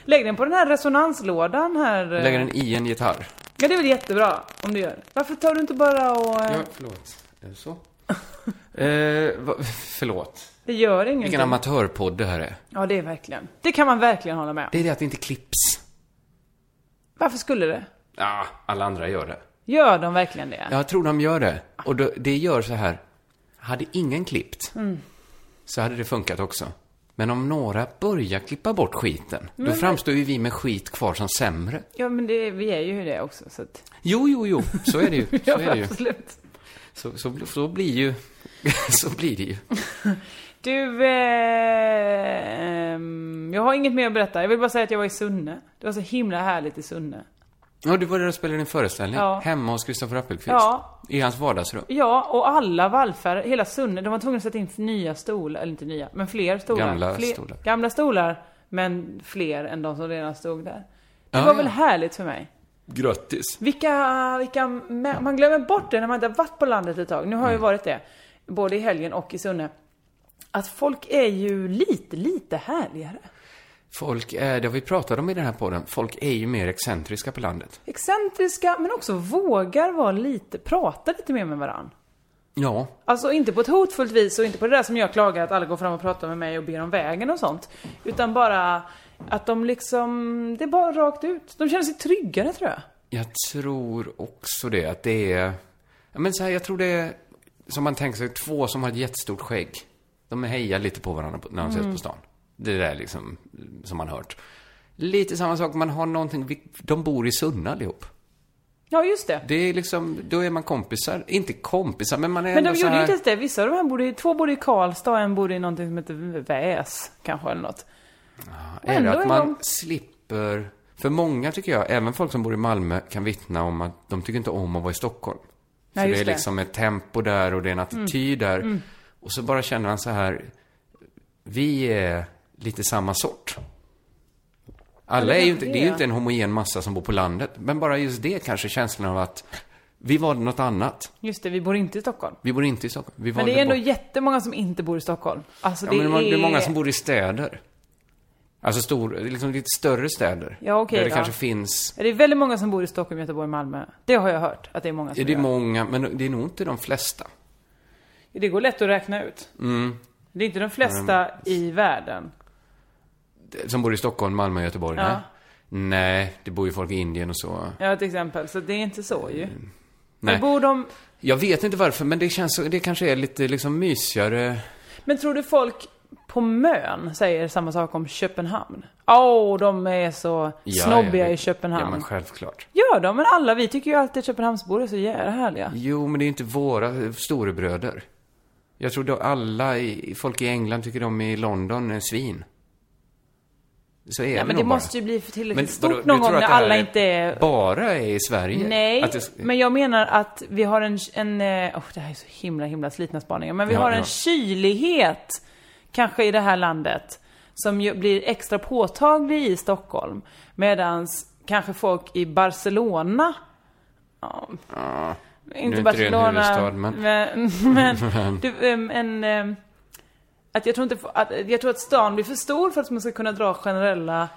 C: Lägg den på den här resonanslådan här.
B: Jag lägger den i en gitarr.
C: Ja, det är väl jättebra om du gör det. Varför tar du inte bara och... eh,
B: Ja, förlåt. Är det så? eh, va, förlåt.
C: Det gör ingenting.
B: Vilken amatörpodd det här är.
C: Ja, det är verkligen. Det kan man verkligen hålla med om.
B: Det är det att det inte klipps.
C: Varför skulle det?
B: Ja, alla andra gör det.
C: Gör de verkligen det?
B: Jag tror de gör det. Och då, det gör så här. Hade ingen klippt,
C: Mm.
B: så hade det funkat också. Men om några börjar klippa bort skiten, då framstår ju vi med skit kvar som sämre.
C: Ja, men det, vi är ju det också, så att...
B: Jo, jo, jo, så är det ju. Så, är det ju.
C: absolut.
B: så, så, så blir ju... så blir det ju.
C: Du, eh, ehm, jag har inget mer att berätta. Jag vill bara säga att jag var i Sunne. Det var så himla härligt i Sunne.
B: Ja, du var där och spelade din föreställning.
C: Ja.
B: Hemma hos Kristoffer Appelqvist.
C: Ja.
B: I hans vardagsrum.
C: Ja, och alla vallfärdar, hela Sunne, de var tvungna att sätta in nya stolar, eller inte nya, men fler stolar.
B: Gamla
C: fler,
B: stolar.
C: Gamla stolar, men fler än de som redan stod där. Det
B: Ja,
C: var
B: ja.
C: väl härligt för mig.
B: Grattis.
C: Vilka, vilka, mä- man glömmer bort det när man inte har varit på landet ett tag. Nu har jag ju
B: Mm.
C: varit det, både i helgen och i Sunne. Att folk är ju lite, lite härligare.
B: Folk är, det har vi pratat om i den här podden, folk är ju mer excentriska på landet.
C: Excentriska, men också vågar vara lite, prata lite mer med varandra.
B: Ja,
C: Alltså inte på ett hotfullt vis och inte på det där som jag klagar att alla går fram och pratar med mig och ber om vägen och sånt. Utan bara att de liksom, det är bara rakt ut. De känner sig tryggare tror jag.
B: Jag tror också det, att det är... Ja, men så här, jag tror det är, som man tänker sig, två som har ett jättestort skägg. De hejar lite på varandra på- när de
C: Mm.
B: ses på stan. Det där liksom, som man hört. Lite samma sak, man har någonting, vi- de bor i Sunne allihop.
C: Ja just det.
B: Det är liksom, då är man kompisar. Inte kompisar, men man är
C: Men de
B: ändå så
C: gjorde ju
B: här...
C: inte ens det. Vissa av de här bodde i, två bodde i Karlstad och en bodde i någonting som heter Väs kanske eller något.
B: Är
C: Ändå
B: det att
C: är
B: man
C: de-
B: slipper... För många tycker jag, även folk som bor i Malmö, kan vittna om att de tycker inte om att vara i Stockholm.
C: Nej,
B: för det
C: just
B: är
C: det. Mm.
B: liksom ett tempo där och det är en attityd där. Och så bara känner man så här, vi är lite samma sort. Alla är ju inte, det är ju inte en homogen massa som bor på landet. Men bara just det kanske, känslan av att vi valde något annat.
C: Just det, vi bor inte i Stockholm.
B: Vi bor inte i Stockholm. Vi
C: Men
B: valde
C: det är ändå
B: bort.
C: jättemånga som inte bor i Stockholm. Alltså
B: Ja,
C: det,
B: men det är
C: är...
B: många som bor i städer. Alltså stor, liksom lite större städer.
C: Ja, okej
B: där det
C: då.
B: kanske finns...
C: Det är väldigt många som bor i Stockholm, Göteborg, Malmö. Det har jag hört att det är många som
B: Är det
C: gör.
B: många, men det är nog inte de flesta.
C: Det går lätt att räkna ut.
B: Mm.
C: Det är inte de flesta i världen.
B: Som bor i Stockholm, Malmö och Göteborg.
C: Ja.
B: Nej. Nej, det bor ju folk i Indien och så.
C: Ja, till exempel. Så det är inte så ju.
B: Mm, Nej.
C: Men bor de...
B: Jag vet inte varför, men det känns så, det kanske är lite liksom mysigare.
C: Men tror du folk på Mön säger samma sak om Köpenhamn? Åh, de är så
B: Ja,
C: snobbiga
B: ja, det-
C: i Köpenhamn.
B: Ja, men självklart.
C: Gör de? Men alla vi tycker ju alltid att Köpenhamnsbor är så jävla härliga.
B: Jo, men det är inte våra eh, storebröder. Jag tror då alla i, folk i England tycker de i London är svin. Så är
C: Ja,
B: det
C: men
B: nog
C: det
B: bara.
C: måste ju bli för tillräckligt
B: Men vadå,
C: Liksom
B: du
C: stort
B: tror
C: någon
B: att
C: gång när
B: det här
C: alla
B: är-
C: inte är...
B: Bara är i Sverige?
C: Nej,
B: Att det,
C: men jag menar att vi har en... en eh, oh, det här är så himla, himla slitna spaningar. Men vi
B: Ja,
C: har en
B: ja.
C: kylighet, kanske i det här landet, som ju blir extra påtaglig i Stockholm. Medans kanske folk i Barcelona... Ja,
B: nu är
C: inte
B: inte det en
C: Barcelona,
B: huvudstad, men-
C: men... men, du, em, en... em, att jag, tror inte, att, jag tror att stan blir för stor för att man ska kunna dra generella...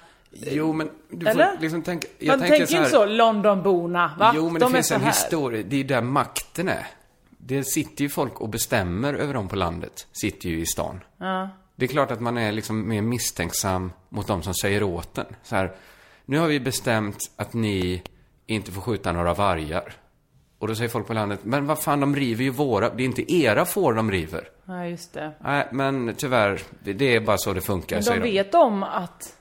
B: Jo, men du
C: Eller?
B: får liksom tänka... Jag
C: Man tänker
B: så här,
C: inte så, Londonborna, va?
B: Jo, men
C: De
B: det
C: är
B: finns
C: så
B: en
C: här.
B: historia. Det är ju där makten är. Det sitter ju folk och bestämmer över dem på landet. Sitter ju i stan. Det är klart att man är liksom mer misstänksam mot de som säger åt en. Så här, nu har vi bestämt att ni inte får skjuta några vargar. Och då säger folk på landet, men vad fan, de river ju våra, det är inte era får de river.
C: Ja, just det.
B: Nej, men tyvärr, det- det är bara så det funkar,
C: Men
B: säger
C: de vet om att,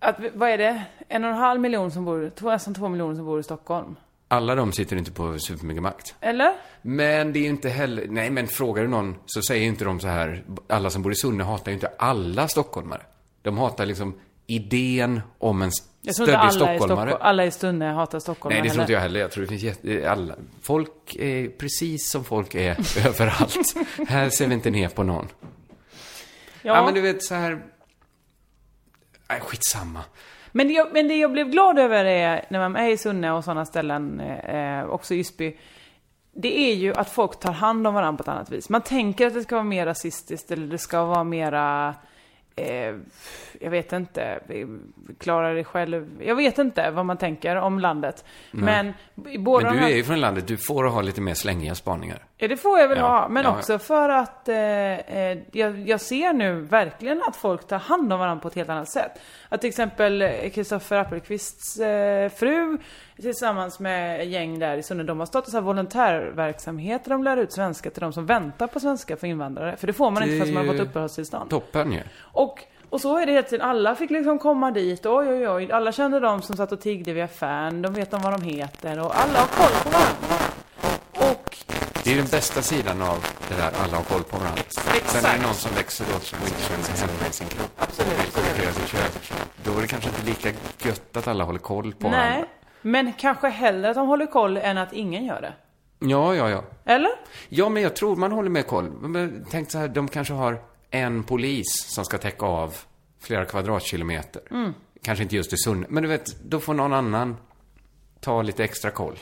C: att, vad är det? En och en halv miljon som bor, två, nästan två miljoner som bor i Stockholm.
B: Alla de sitter inte på supermycket makt.
C: Eller?
B: Men det är ju inte heller, nej men frågar du någon så säger inte de så här, alla som bor i Sunne hatar ju inte alla stockholmare. De hatar liksom idén om en
C: Jag
B: stöddig
C: tror inte
B: stockholmare.
C: alla i Stockholm, alla i Sunne hatar Stockholm
B: nej, det tror inte jag heller. Jag tror det finns jätte, alla, folk är precis som folk är överallt. här ser vi inte ner på någon.
C: Ja,
B: Ja, men
C: men,
B: du vet så här, nej skitsamma.
C: det jag, men det jag blev glad över är, när man är i Sunne och sådana ställen, eh, också i Ysby, det är ju att folk tar hand om varandra på ett annat vis. Man tänker att det ska vara mer rasistiskt eller det ska vara mera, eh, jag vet inte, klara dig själv. Jag vet inte vad man tänker om landet. Men, i båda
B: Men
C: de
B: du
C: här-
B: är ju från landet, du får ha lite mer slängiga spaningar.
C: Ja, det får jag väl
B: Ja,
C: ha. Men
B: ja, ja.
C: också för att eh, eh, jag, jag ser nu verkligen att folk tar hand om varandra på ett helt annat sätt. Att till exempel Kristoffer Appelqvists eh, fru tillsammans med gäng där i Sunne, de har startat så här volontärverksamhet där de lär ut svenska till de som väntar på svenska för invandrare. För det får man
B: Det
C: inte förrän man har
B: är ju-
C: fått uppehållstillstånd.
B: Toppen ju.
C: Och, och så är det hela tiden. Alla fick liksom komma dit. Oj, oj, oj. Alla kände de som satt och tiggde via fan. De vet om vad de heter och alla har koll på varandra. Och
B: Det är den bästa sidan av det där alla har koll på varandra. Sen är det någon som växer åt sig och inte känner sig hemma i sin kropp. Absolut. Vill kopiera sitt kök. Då är det kanske inte lika gött att alla håller koll på
C: Nej,
B: varandra.
C: men kanske hellre att de håller koll än att ingen gör det.
B: Ja, ja, ja.
C: Eller?
B: Ja, men jag tror man håller med koll. Men tänk så här, de kanske har en polis som ska täcka av flera kvadratkilometer. Kanske inte just i Sunne, men du vet, då får någon annan ta lite extra koll.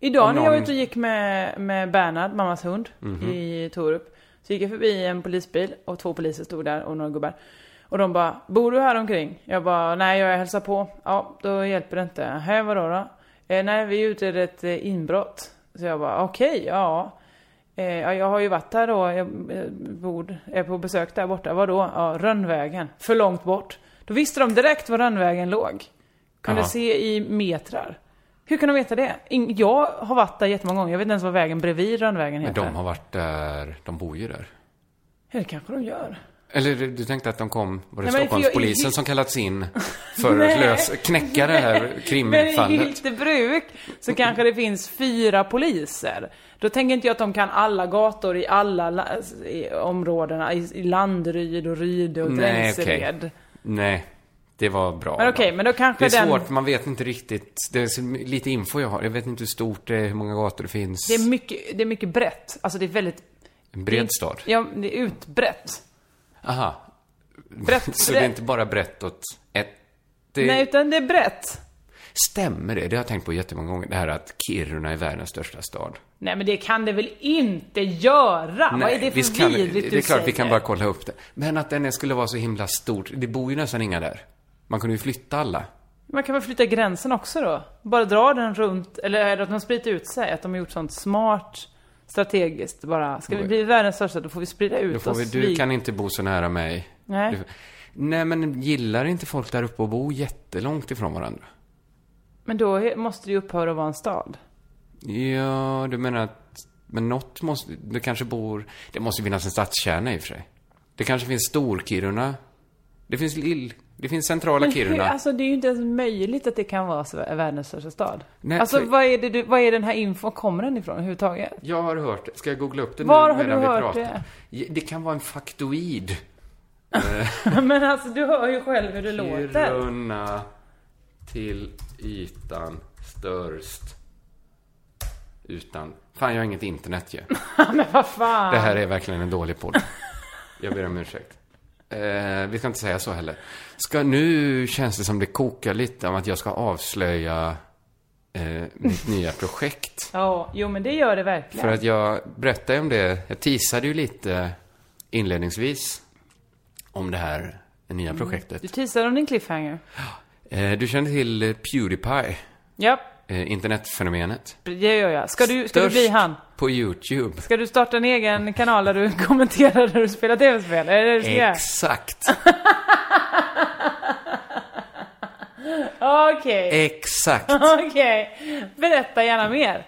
C: Idag
B: Om
C: när jag var
B: någon- Mhm.
C: ute och gick med, med Bernhard, mammas hund, i Torup. Så gick jag förbi en polisbil och två poliser stod där och några gubbar. Och de bara, bor du här omkring? Jag bara, nej jag hälsar på. Ja, då hjälper det inte. Hä, vadå då? Eh, nej, vi utreder ett eh, inbrott. Så jag bara, okej, ja. Eh, ja, jag har ju varit här då, jag eh, bor, är på besök där borta. Vadå? Ja, Rönnvägen. För långt bort. Då visste de direkt var Rönnvägen låg. Kunde
B: Jaha.
C: se i metrar. Hur kan de veta det? Ing- jag har varit där jättemånga gånger, jag vet inte ens vad vägen bredvid Rönnvägen
B: Men
C: heter.
B: de har varit där, de bor ju där.
C: Ja, det kanske de gör.
B: Eller du du tänkte att de kom, var det
C: Nej, men för jag-
B: Stockholmspolisen som kallats in för att
C: Nej.
B: lösa, knäcka det här
C: Men i
B: Äh, krimfallet?
C: Hyltebruk så kanske det finns fyra poliser. Då tänker inte jag att de kan alla gator i alla la- i områdena, i, i Landeryd och Ryde och
B: Nej,
C: Drängsered.
B: okej. Nej, det var bra.
C: Men okej, men då
B: Det
C: kanske
B: är
C: den...
B: svårt, man vet inte riktigt. Det är så lite info jag har. Jag vet inte hur stort det är, hur många gator det finns.
C: Det är, mycket, det är mycket brett. Alltså det är väldigt...
B: En bred stad.
C: Ja, det är utbrett.
B: Aha.
C: Brett.
B: Så det är inte bara brett åt ett... Det...
C: Nej, utan det är brett.
B: Stämmer det? Det har jag tänkt på jättemånga gånger. Det här att Kiruna är världens största stad.
C: Nej men det kan det väl inte göra? Vad är det för
B: visst kan vi-
C: vidrigt du
B: Det är klart,
C: säger?
B: vi kan bara kolla upp det. Men att den skulle vara så himla stor. Det bor ju nästan inga där. Man kunde ju flytta alla.
C: Man kan väl flytta gränsen också då? Bara dra den runt, eller är det att de sprider ut sig? Att de har gjort sånt smart, strategiskt bara. Ska vi bli världens största, då får vi sprida ut
B: Då får
C: oss.
B: vi, du
C: Vi-
B: kan inte bo så nära mig.
C: Nej.
B: Du, nej, men gillar inte folk där uppe att bo jättelångt ifrån varandra?
C: Men då he- måste det ju upphöra att vara en stad.
B: Ja, du menar att... Men något måste... Det kanske bor... Det måste ju finnas en stadskärna i och för sig. Det kanske finns Storkiruna. Det finns Lill... Det finns centrala
C: Men hur,
B: Kiruna.
C: alltså det är ju inte ens möjligt att det kan vara så- världens största stad.
B: Nej,
C: alltså
B: för-
C: vad är, det du, vad är den här infon, kommer den ifrån överhuvudtaget?
B: Jag har hört det. Ska jag googla upp det
C: Var
B: nu
C: har
B: medan
C: du
B: vi
C: hört
B: pratar? Det? det kan vara en faktoid.
C: Men alltså du hör ju själv hur det låter.
B: Kiruna till ytan störst. Utan... Fan, jag har inget internet ju.
C: Men vad fan.
B: Det här är verkligen en dålig podd. Jag ber om ursäkt. Eh, vi ska inte säga så heller. Ska, nu känns det som det kokar lite om att jag ska avslöja eh, mitt nya projekt.
C: Ja, jo men det gör det verkligen.
B: För att jag berättade om det, jag teasade ju lite inledningsvis om det här nya
C: Mm.
B: projektet.
C: Du teasade om din cliffhanger.
B: Eh, du känner till eh, Pewdiepie,
C: Ja,
B: eh, internetfenomenet.
C: det gör jag. Ska du, ska du bli
B: Störst
C: han?
B: på YouTube.
C: Ska du starta en egen kanal där du kommenterar när du spelar tv-spel? Är det det du ska göra?
B: Exakt,
C: Okej,
B: exakt.
C: okej. Berätta gärna mer.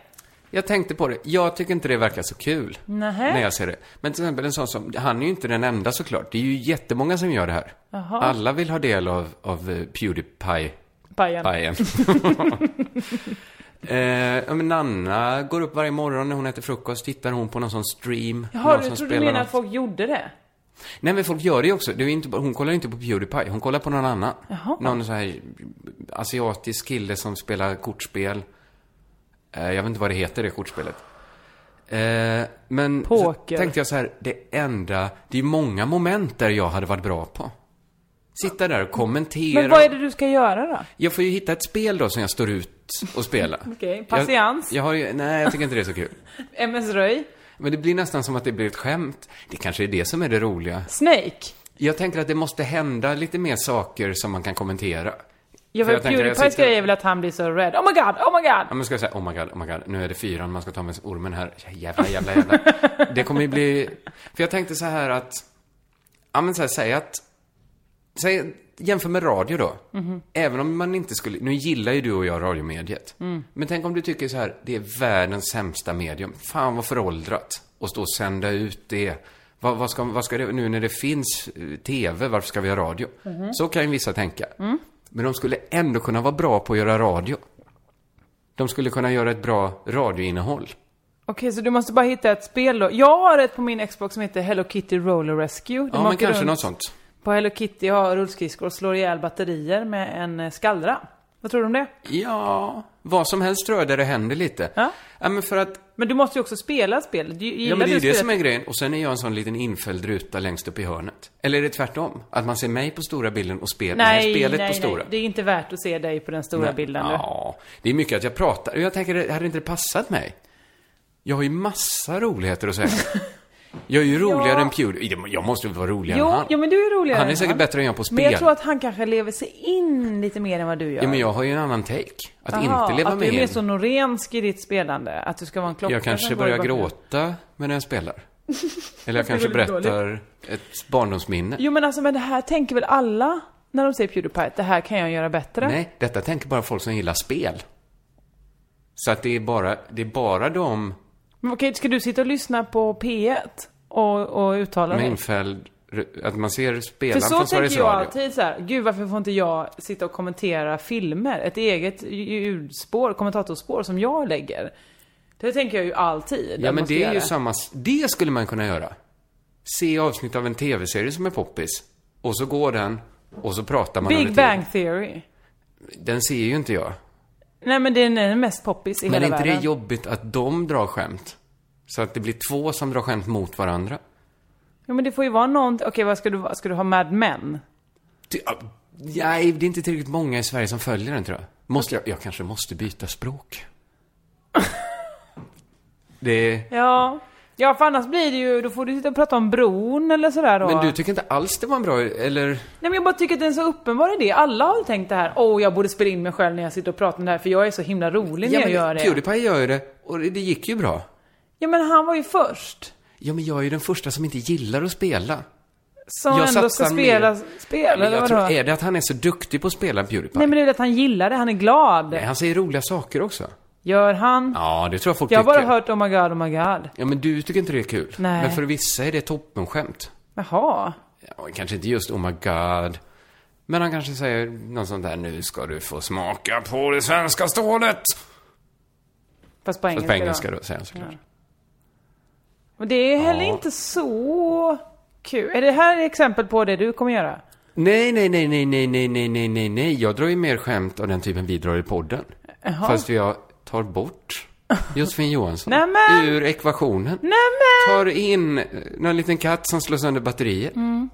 B: Jag tänkte på det. Jag tycker inte det verkar så kul.
C: Nähä.
B: När jag ser det. Men till exempel en sån som, han är ju inte den enda såklart. Det är ju jättemånga som gör det här. Alla vill ha del av, av eh, Pewdiepie.
C: Pajen.
B: Pajen. eh, ja, men Nanna går upp varje morgon när hon äter frukost, tittar hon på någon sån stream.
C: Jaha,
B: någon
C: du
B: som
C: trodde du
B: spelar
C: menade
B: något.
C: att folk gjorde det?
B: Nej men folk gör det ju också. Det är ju inte, bara- hon kollar ju inte på Pewdiepie, hon kollar på någon annan. Någon så här asiatisk kille som spelar kortspel. Eh, jag vet inte vad det heter, det kortspelet. Eh, men så
C: Poker.
B: tänkte jag så här, det enda, det är ju många moment där jag hade varit bra på. Sitta där och kommentera.
C: Men vad är det du ska göra då?
B: Jag får ju hitta ett spel då som jag står ut och spelar.
C: Okej, patiens.
B: Jag, jag har ju, nej jag tycker inte det är så kul.
C: MS Röj?
B: Men det blir nästan som att det blir ett skämt. Det kanske är det som är det roliga.
C: Snake?
B: Jag tänker att det måste hända lite mer saker som man kan kommentera. För
C: Ja, för
B: jag tänker, jag
C: Pewdiepies
B: sitter-
C: grej är väl att han blir så rädd. Oh my god, oh my
B: Ja,
C: god!
B: men ska jag säga, oh my god, oh my god, nu är det fyran, man ska ta med sig ormen här. Jävla, jävla, jävla. Det kommer ju bli... För jag tänkte så här att... Ja, men så här, säg att... Säg, jämför med radio då. Även om man inte skulle... Nu gillar ju du och jag radiomediet. Men tänk om du tycker så här, det är världens sämsta medium. Fan vad föråldrat. Och stå och sända ut det. Vad, vad, ska, vad ska det... Nu när det finns eh, TV, varför ska vi ha radio? Så kan ju vissa tänka. Men de skulle ändå kunna vara bra på att göra radio. De skulle kunna göra ett bra radioinnehåll.
C: Okej, så du måste bara hitta ett spel då. Jag har ett på min Xbox som heter Hello Kitty Roller Rescue. De
B: Ja, men
C: åker
B: kanske
C: runt
B: något sånt.
C: På Hello Kitty har rullskridskor och slår ihjäl batterier med en eh, skallra. Vad tror du om det?
B: Ja, vad som helst tror jag där det händer lite.
C: Ja.
B: men för att...
C: Men du måste ju också spela spelet. Du,
B: Ja,
C: gillar
B: men det är
C: du
B: ju det
C: spelet?
B: som är grejen. Och sen är jag en sån liten infälld ruta längst upp i hörnet. Eller är det tvärtom? Att man ser mig på stora bilden och spel... nej,
C: Nej,
B: spelet
C: nej,
B: på stora?
C: nej. Det är inte värt att se dig på den stora
B: Nej.
C: bilden. du.
B: Ja, det är mycket att jag pratar. Jag tänker, det hade inte det passat mig? Jag har ju massa roligheter att säga. Jag är ju roligare än Pewdie. Jag måste väl vara roligare än
C: Jo,
B: han?
C: ja, men du är roligare
B: Han är
C: än
B: säkert bättre än jag på spel.
C: Men jag tror att han kanske lever sig in lite mer än vad du gör.
B: Ja, men jag har ju en annan take. Att
C: Jaha,
B: inte leva
C: att
B: med
C: du är mer
B: in.
C: så norensk i ditt spelande. Att du ska vara en klocka
B: Jag kanske
C: som går i
B: börjar
C: bakgrunden.
B: gråta medan jag spelar. Eller jag
C: Det är
B: kanske
C: väldigt dåligt.
B: berättar ett barndomsminne.
C: Jo men alltså, men det här tänker väl alla när de säger Pewdiepie, det här kan jag göra bättre?
B: Nej, detta tänker bara folk som gillar spel. Så att det är bara, det är bara de
C: Men okej, ska du sitta och lyssna på P1 och, och uttala
B: med
C: dig?
B: infälld, att man ser
C: För
B: spelaren
C: så
B: från
C: tänker
B: Sveriges
C: jag
B: Radio.
C: alltid så här, gud varför får inte jag sitta och kommentera filmer? Ett eget ljudspår, kommentatorspår som jag lägger. Det tänker jag ju alltid. att
B: Ja, men
C: man ska
B: det är
C: göra.
B: ju samma, s- det skulle man kunna göra. Se avsnitt av en tv-serie som är poppis. Och så går den, och så pratar man
C: Big
B: under tiden.
C: Bang Theory.
B: Den ser ju inte jag.
C: Nej men den är den mest poppis i
B: Men är
C: hela
B: inte
C: världen.
B: det jobbigt att de drar skämt? Så att det blir två som drar skämt mot varandra?
C: Ja men det får ju vara någon, okej vad ska du, vad ska du ha Mad Men?
B: Ty- ja, Nej, det är inte tillräckligt många i Sverige som följer den tror jag. Måste jag, jag kanske måste byta språk. det är...
C: Ja. Ja, för annars blir det ju, då får du sitta och prata om bron eller sådär då.
B: Men du tycker inte alls det var en bra, eller?
C: Nej men jag bara tycker att det är en så uppenbar idé. Alla har tänkt det här, åh oh, jag borde spela in mig själv när jag sitter och pratar om det här för jag är så himla rolig när jag gör det.
B: Pewdiepie gör ju det, och det det gick ju bra.
C: Ja men han var ju först.
B: Ja, men jag är ju den första som inte gillar att spela.
C: Som
B: Jag
C: ändå ska
B: satsar
C: spela,
B: mer.
C: spela
B: Men
C: eller
B: jag
C: vadå?
B: tror, är det att han är så duktig på att spela Pewdiepie?
C: Nej men det är väl att han gillar det, han är glad.
B: Nej, han säger roliga saker också.
C: Gör han?
B: Ja, det tror jag folk
C: jag har bara
B: tycker.
C: hört oh my god, oh my god.
B: Ja, men du tycker inte det är kul.
C: Nej.
B: Men för vissa är det toppenskämt.
C: Jaha.
B: Ja, kanske inte just oh my god. Men han kanske säger något sånt där, nu ska du få smaka på det svenska stålet.
C: Fast på
B: Fast på
C: engelska,
B: engelska
C: då.
B: då, säger han såklart.
C: Men det är heller
B: Ja.
C: inte så kul. Är det här exempel på det du kommer göra?
B: Nej, nej, nej, nej, nej, nej, nej, nej, nej, nej. Jag drar ju mer skämt av den typen vi drar i podden. Fast jag tar bort Josefin Johansson
C: Nämen!
B: ur ekvationen.
C: Nämen!
B: Tar in eh, någon liten katt som slår sönder batterier.
C: Mm.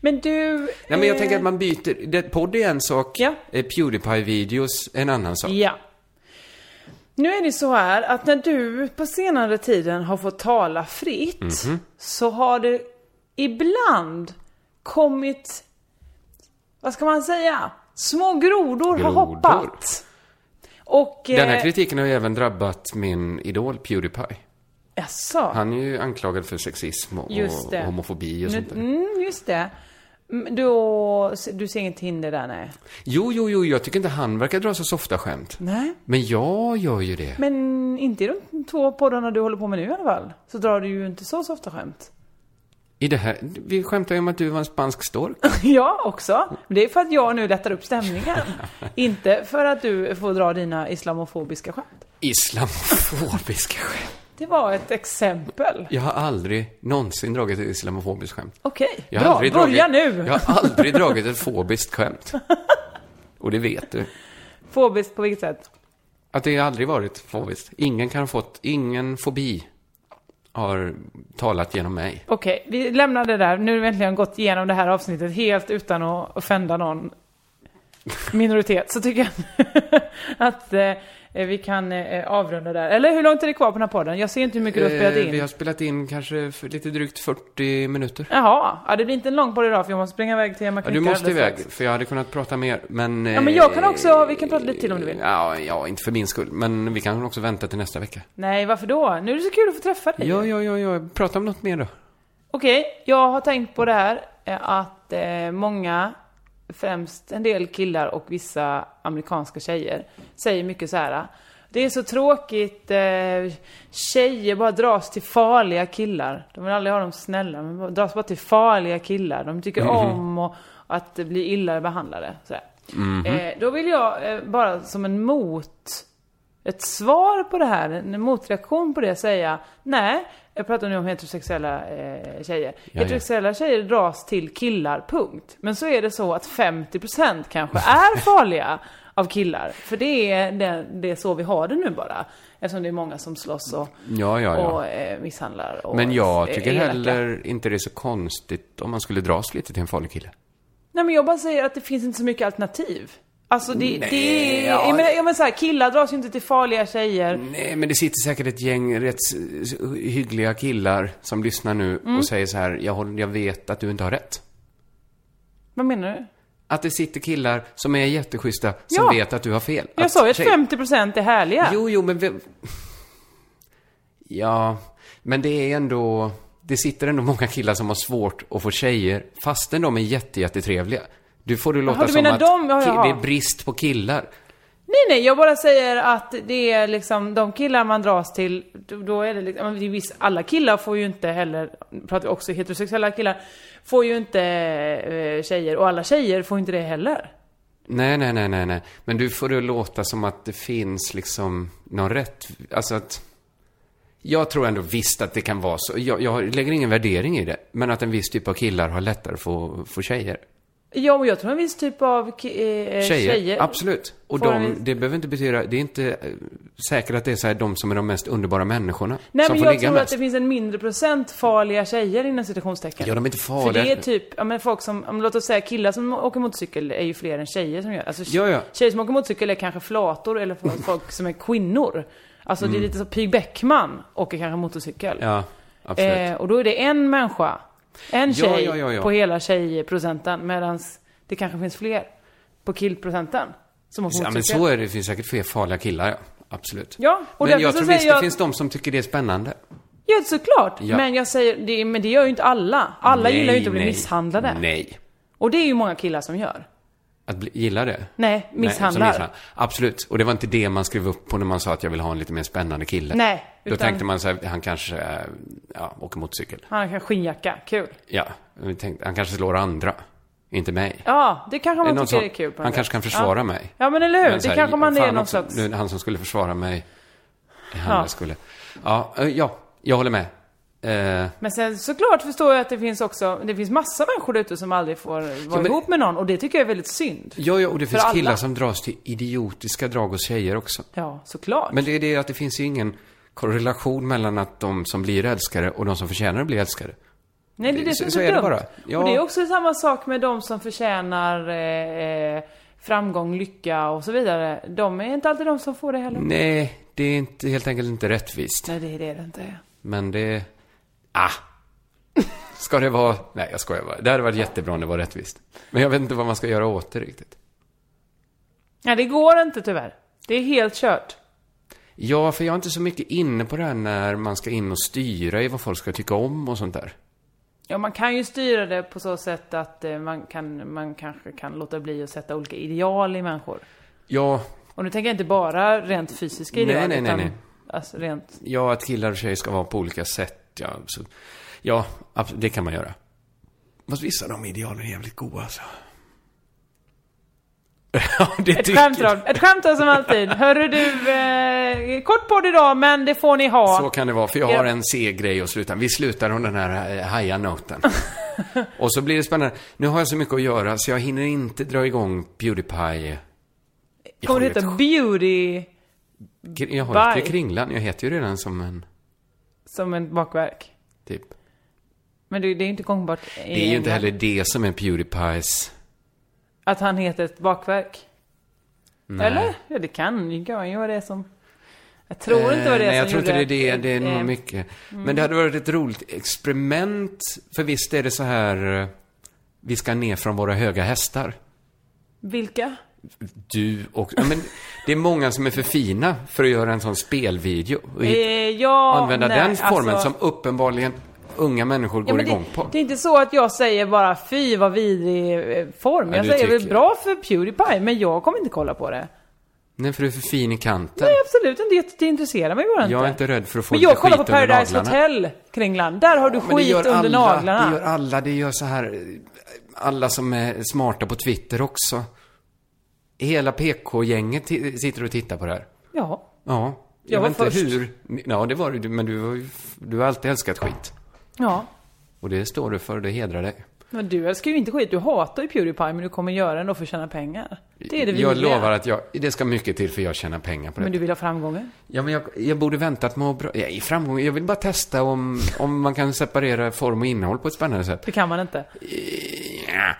C: Men du...
B: Nej, men jag
C: eh,
B: tänker att man byter. Det, podd är en sak,
C: Ja.
B: eh, Pewdiepie-videos en annan sak.
C: Ja. Nu är det så här att när du på senare tiden har fått tala fritt
B: Mhm.
C: så har det ibland kommit, vad ska man säga, små grodor, har
B: Grodor.
C: hoppat. Och...
B: Den här
C: eh,
B: kritiken har ju även drabbat min idol Pewdiepie.
C: Jaså?
B: Han är ju anklagad för sexism och,
C: Just
B: och
C: det.
B: homofobi och
C: Nu-
B: sånt där.
C: Mm, just det. Mm, Då, du ser inget hinder där, nej?
B: Jo, jo, jo, jag tycker inte han verkar dra så softa skämt.
C: Nej.
B: Men jag gör ju det.
C: Men inte i de två poddarna du håller på med nu i alla fall. Så drar du ju inte så, så ofta skämt.
B: I det här, vi skämtade ju om att du var en spansk stork.
C: Ja, också. Men det är för att jag nu lättar upp stämningen. inte för att du får dra dina islamofobiska skämt.
B: Islamofobiska skämt.
C: Det var ett exempel.
B: Jag har aldrig någonsin dragit ett islamofobiskt skämt.
C: Okej,
B: Jag har
C: bra.
B: aldrig
C: Börja
B: dragit,
C: nu!
B: Jag har aldrig dragit ett fobiskt skämt. Och det vet du.
C: Fobiskt på vilket sätt?
B: Att det aldrig varit fobiskt. Ingen kan ha fått, ingen fobi har talat genom mig.
C: Okej, vi lämnar det där. Nu har vi äntligen gått igenom det här avsnittet helt utan att offenda någon minoritet. Så tycker jag att eh, vi kan eh, avrunda där. Eller hur långt är det kvar på den här podden? Jag ser inte hur mycket du har spelat
B: Eh,
C: in.
B: Vi har spelat in kanske för lite drygt 40 minuter.
C: Jaha, ja, det blir inte en lång podd idag för jag måste springa iväg till Emma
B: Ja,
C: Knyckare
B: du måste
C: alldeles
B: iväg,
C: strax.
B: för jag hade kunnat prata mer, men... Ja,
C: men jag kan också- vi kan prata lite till om du vill.
B: Ja, ja, inte för min skull, men vi kan också vänta till nästa vecka.
C: Nej, varför då? Nu är det så kul att få träffa dig.
B: Ja, ja, ja, ja. prata om något mer då.
C: Okej, jag har tänkt på det här eh, att eh, många, främst en del killar och vissa amerikanska tjejer, säger mycket så här. eh, Det är så tråkigt, eh, tjejer bara dras till farliga killar. De vill aldrig ha dem snälla, men bara- dras bara till farliga killar. De tycker om och, att bli illa behandlade. Så här. Eh, då vill jag eh, bara som en mot ett svar på det här, en motreaktion på det, säga nej, jag pratar nu om heterosexuella eh, tjejer. Heterosexuella tjejer dras till killar, punkt. Men så är det så att 50% kanske är farliga av killar. För det är, det, det är så vi har det nu bara. Eftersom det är många som slåss och,
B: Ja, ja, ja.
C: och eh, misshandlar och
B: men jag
C: är
B: tycker
C: elaka.
B: heller inte det är så konstigt om man skulle dras lite till en farlig kille.
C: Nej men jag bara säger att det finns inte så mycket alternativ. Alltså det, det är...
B: ja. Mm.
C: Jag menar, jag menar så här, killar dras ju inte till farliga tjejer.
B: Nej, men det sitter säkert ett gäng rätt s- s- hyggliga killar som lyssnar nu
C: Mm.
B: och säger så här, jag, håller, jag vet att du inte har rätt.
C: Vad menar du?
B: Att det sitter killar som är jätteschyssta, som
C: Ja.
B: vet att du har fel.
C: Jag
B: Att
C: sa ju att
B: tjej-
C: 50% är härliga.
B: Jo, jo, men... vem- Ja, men det är ändå... Det sitter ändå många killar som har svårt att få tjejer, fastän de är jätte, jättetrevliga. Du får det låta
C: Jaha, du
B: som
C: menar
B: att
C: dem? Ja,
B: ki-
C: ja.
B: det är brist på killar.
C: Nej, nej, jag bara säger att det är liksom de killar man dras till, då- då är det liksom, men det är visst, alla killar får ju inte heller, nu pratar vi också heterosexuella killar, får ju inte eh, tjejer, och alla tjejer får inte det heller.
B: Nej, nej, nej, nej, nej. Men du får det låta som att det finns liksom någon rätt... Alltså att... Jag tror ändå visst att det kan vara så. Jag, jag lägger ingen värdering i det. Men att en viss typ av killar har lättare att få, få tjejer.
C: Ja, och jag tror en viss typ av ki- eh,
B: Tjejer,
C: tjejer.
B: absolut. Och
C: Får
B: de,
C: en-
B: det behöver inte betyda, det är inte eh, säkert att det är så här de som är de mest underbara människorna
C: Nej,
B: som
C: men
B: får
C: jag
B: ligga
C: tror att
B: mest.
C: det finns en mindre procent farliga tjejer inom citationstecken.
B: Ja, de är inte
C: För
B: farliga.
C: det är typ, ja men folk som, ja, men låt oss säga killar som åker motorcykel är ju fler än tjejer som gör alltså,
B: Ja, ja.
C: Tjejer som åker motorcykel är kanske flator eller folk- folk som är kvinnor. Alltså det är lite så, Pig Bäckman åker kanske motorcykel.
B: Mm. Ja, absolut.
C: eh, och då är det en människa, en
B: Ja,
C: tjej
B: ja, ja, ja.
C: på hela tjejprocenten medan det kanske finns fler på killprocenten som åker
B: ja,
C: motorcykel.
B: men så är det, det finns säkert fler farliga killar, ja. Absolut.
C: Ja, och
B: men
C: därför
B: jag
C: så
B: tror
C: säger
B: visst det
C: jag-
B: finns de som tycker det är spännande.
C: Ja, såklart.
B: Ja.
C: Men jag säger, det, men det gör ju inte alla. Alla
B: Nej,
C: gillar ju inte att bli
B: nej,
C: misshandlade.
B: Nej.
C: Och det är ju många killar som gör.
B: Att bli, gilla det?
C: Nej,
B: Nej,
C: misshandlar.
B: som misshandlar. Absolut. Och det var inte det man skrev upp på när man sa att jag vill ha en lite mer spännande kille.
C: Nej,
B: Då
C: utan-
B: tänkte man så här, han kanske, eh, ja, åker motorcykel.
C: Han har skinnjacka, kul.
B: Ja, vi tänkte, han kanske slår andra. Inte mig.
C: Ja, det kanske
B: Det är
C: man
B: någon
C: tycker
B: som-
C: är kul på
B: Han
C: något
B: kanske kan
C: sätt.
B: försvara
C: ja.
B: mig.
C: Ja, men eller hur?
B: Men så
C: det
B: här,
C: kanske man
B: fan
C: är någon
B: också,
C: slags...
B: Nu, han som skulle försvara mig. Han
C: Ja.
B: jag skulle. Ja, eh, ja, jag håller med. Eh,
C: Men sen såklart förstår jag att det finns också, det finns massa människor där ute som aldrig får vara
B: men-
C: ihop med någon och det tycker jag är väldigt synd.
B: ja, ja, och det
C: För
B: finns
C: alla.
B: killar som dras till idiotiska drag hos tjejer också.
C: Ja, såklart.
B: Men det är det att det finns ju ingen korrelation mellan att de som blir älskade och de som förtjänar att bli älskade.
C: Nej, det är det
B: Så-
C: som är
B: så
C: så,
B: är det
C: dumt.
B: bara. Ja.
C: Och det är också samma sak med de som förtjänar eh, eh, framgång, lycka och så vidare. De är inte alltid de som får det heller.
B: Mm. Nej, det är inte, helt enkelt inte rättvist.
C: Nej, det är det det inte är.
B: Men det... Ah! Ska det vara... Nej, jag skojar bara. Det hade varit jättebra om det var rättvist. Men jag vet inte vad man ska göra åt det riktigt.
C: Nej, det går inte tyvärr. Det är helt kört.
B: Ja, för jag är inte så mycket inne på det här när man ska in och styra i vad folk ska tycka om och sånt där.
C: Ja, man kan ju styra det på så sätt att eh, man, kan, man kanske kan låta bli att sätta olika ideal i människor.
B: Ja,
C: Och nu tänker jag inte bara rent fysiska
B: Nej,
C: ideal.
B: nej, nej,
C: utan,
B: nej.
C: Alltså rent...
B: ja att killar och tjejer ska vara på olika sätt. Ja, så, ja abs- det kan man göra. Fast vissa av de idealen är jävligt goa alltså. ja, det
C: Ett
B: tycker
C: skämt, Rob. Ett skämt då, som alltid. Hörru du, eh, kort podd idag men det får ni ha.
B: Så kan det vara, för jag
C: Ja.
B: har en C-grej att sluta. Vi slutar om den här eh, haja noten. och så blir det spännande. Nu har jag så mycket att göra så jag hinner inte dra igång Pewdiepie. Jag
C: Kommer
B: håller
C: det heta beauty
B: Kr- Jag har ju
C: Bye.
B: till Kringlan. Jag heter ju redan som en,
C: som ett bakverk?
B: typ.
C: Men det, det är ju inte gångbart i
B: Det är ju inte
C: England.
B: heller det som är Pewdiepies.
C: Att han heter ett bakverk. Eller? Ja, det kan ju gå. Jag var det som... Jag tror inte det var det
B: Eh, Nej,
C: som
B: jag tror inte det är
C: gjorde
B: det.
C: att-
B: Det är nog
C: eh,
B: mycket. Men det hade varit ett roligt experiment. För visst är det så här, eh, vi ska ner från våra höga hästar.
C: Vilka?
B: Du och... Ja, men det är många som är för fina för att göra en sån spelvideo. Och
C: Eh,
B: hit,
C: ja,
B: använda
C: nej,
B: den formen
C: alltså-
B: som uppenbarligen unga människor
C: Ja,
B: går
C: men
B: igång
C: det,
B: på.
C: det är inte så att jag säger bara fy vad vidrig eh, form.
B: Ja,
C: jag
B: det
C: säger väl
B: tycker
C: bra för Pewdiepie, men jag kommer inte kolla på det.
B: Nej, för du är för fin i kanten.
C: Nej, absolut inte. Jag- Det intresserar mig bara inte.
B: Jag är inte rädd för att få
C: Men
B: lite
C: jag kollar på
B: skit under
C: Paradise
B: naglarna.
C: Hotel, Kringland. Där har du
B: Men det
C: skit
B: gör
C: under
B: alla,
C: naglarna.
B: Det gör alla. Det gör så här... eh, Alla som är smarta på Twitter också. Hela PK-gänget ti- sitter och tittar på det här.
C: Ja.
B: Ja. Jag,
C: Jag var
B: vet inte
C: först.
B: hur... Ja, det var du. Men du, var ju f- du har alltid älskat skit.
C: Ja.
B: Och det står du för. Det hedrar dig.
C: Men du älskar ju inte skit. Du hatar ju Pewdiepie, men du kommer göra det ändå för att tjäna pengar. Det är det
B: jag
C: vidriga.
B: lovar att jag... Det ska mycket till för jag tjänar pengar på det.
C: Men du vill ha framgången?
B: Ja, men jag, jag borde väntat med att... bra- Ja, i framgång. Jag vill bara testa om, om man kan separera form och innehåll på ett spännande sätt.
C: Det kan man inte.
B: Ja.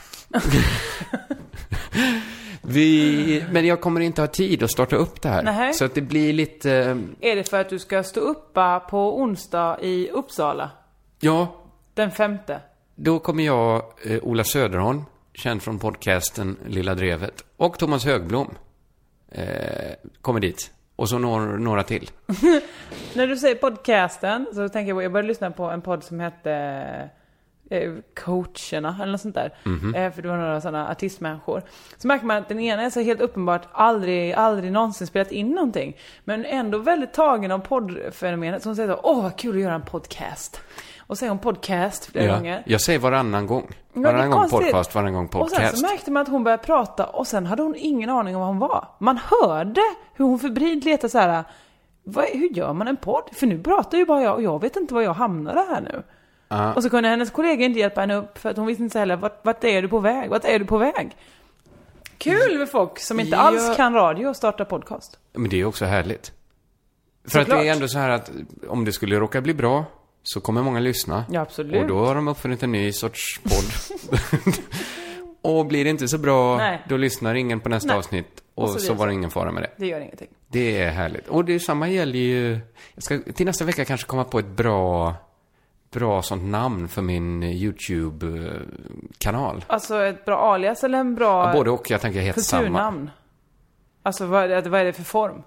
B: Vi, men jag kommer inte ha tid att starta upp det här.
C: Nej.
B: Så att det blir lite, eh,
C: Är det för att du ska stå uppa på onsdag i Uppsala?
B: ja,
C: Den femte?
B: då kommer jag, eh, Ola Söderholm, känd från podcasten Lilla Drevet, och Thomas Högblom, eh, kommer dit. Och så några, några till.
C: När du säger podcasten så tänker jag på, jag började lyssna på en podd som hette eh, coacherna eller något sånt där. Eh, För det var några sådana artistmänniskor. Så märker man att den ena är så helt uppenbart aldrig, aldrig någonsin spelat in någonting. Men ändå väldigt tagen av poddfenomenet. Så hon säger så, åh vad kul att göra en podcast. Och säger hon podcast flera gånger.
B: Jag säger varannan gång.
C: Ja, det är
B: Varannan gång
C: konstigt.
B: podcast, varannan gång
C: Och sen
B: podcast.
C: så märkte man att hon började prata och sen hade hon ingen aning om vad hon var. Man hörde hur hon febrilt letade så här. Vad, hur gör man en podd? För nu pratar ju bara jag och jag vet inte var jag hamnade här nu. Och så kunde hennes kollega inte hjälpa henne upp för att hon visste inte så heller vart, vart är du på väg? Vart är du på väg? Kul med folk som inte
B: Ja.
C: alls kan radio och starta podcast.
B: Men det är ju också härligt. För att
C: Såklart.
B: det är ändå så här att om det skulle råka bli bra så kommer många lyssna.
C: Ja, absolut.
B: Och då har de uppfunnit en ny sorts podd. och blir det inte så bra,
C: Nej.
B: då lyssnar ingen på nästa
C: Nej.
B: avsnitt. Och,
C: Och så
B: så,
C: vidare.
B: var det ingen fara med det.
C: Det gör ingenting.
B: Det är härligt. Och det samma gäller ju... Jag ska till nästa vecka kanske komma på ett bra, bra sånt namn för min YouTube-kanal.
C: Alltså ett bra alias eller en bra
B: Ja, både och. Jag tänker heta samma.
C: kulturnamn? Alltså vad är, det, vad är det för form?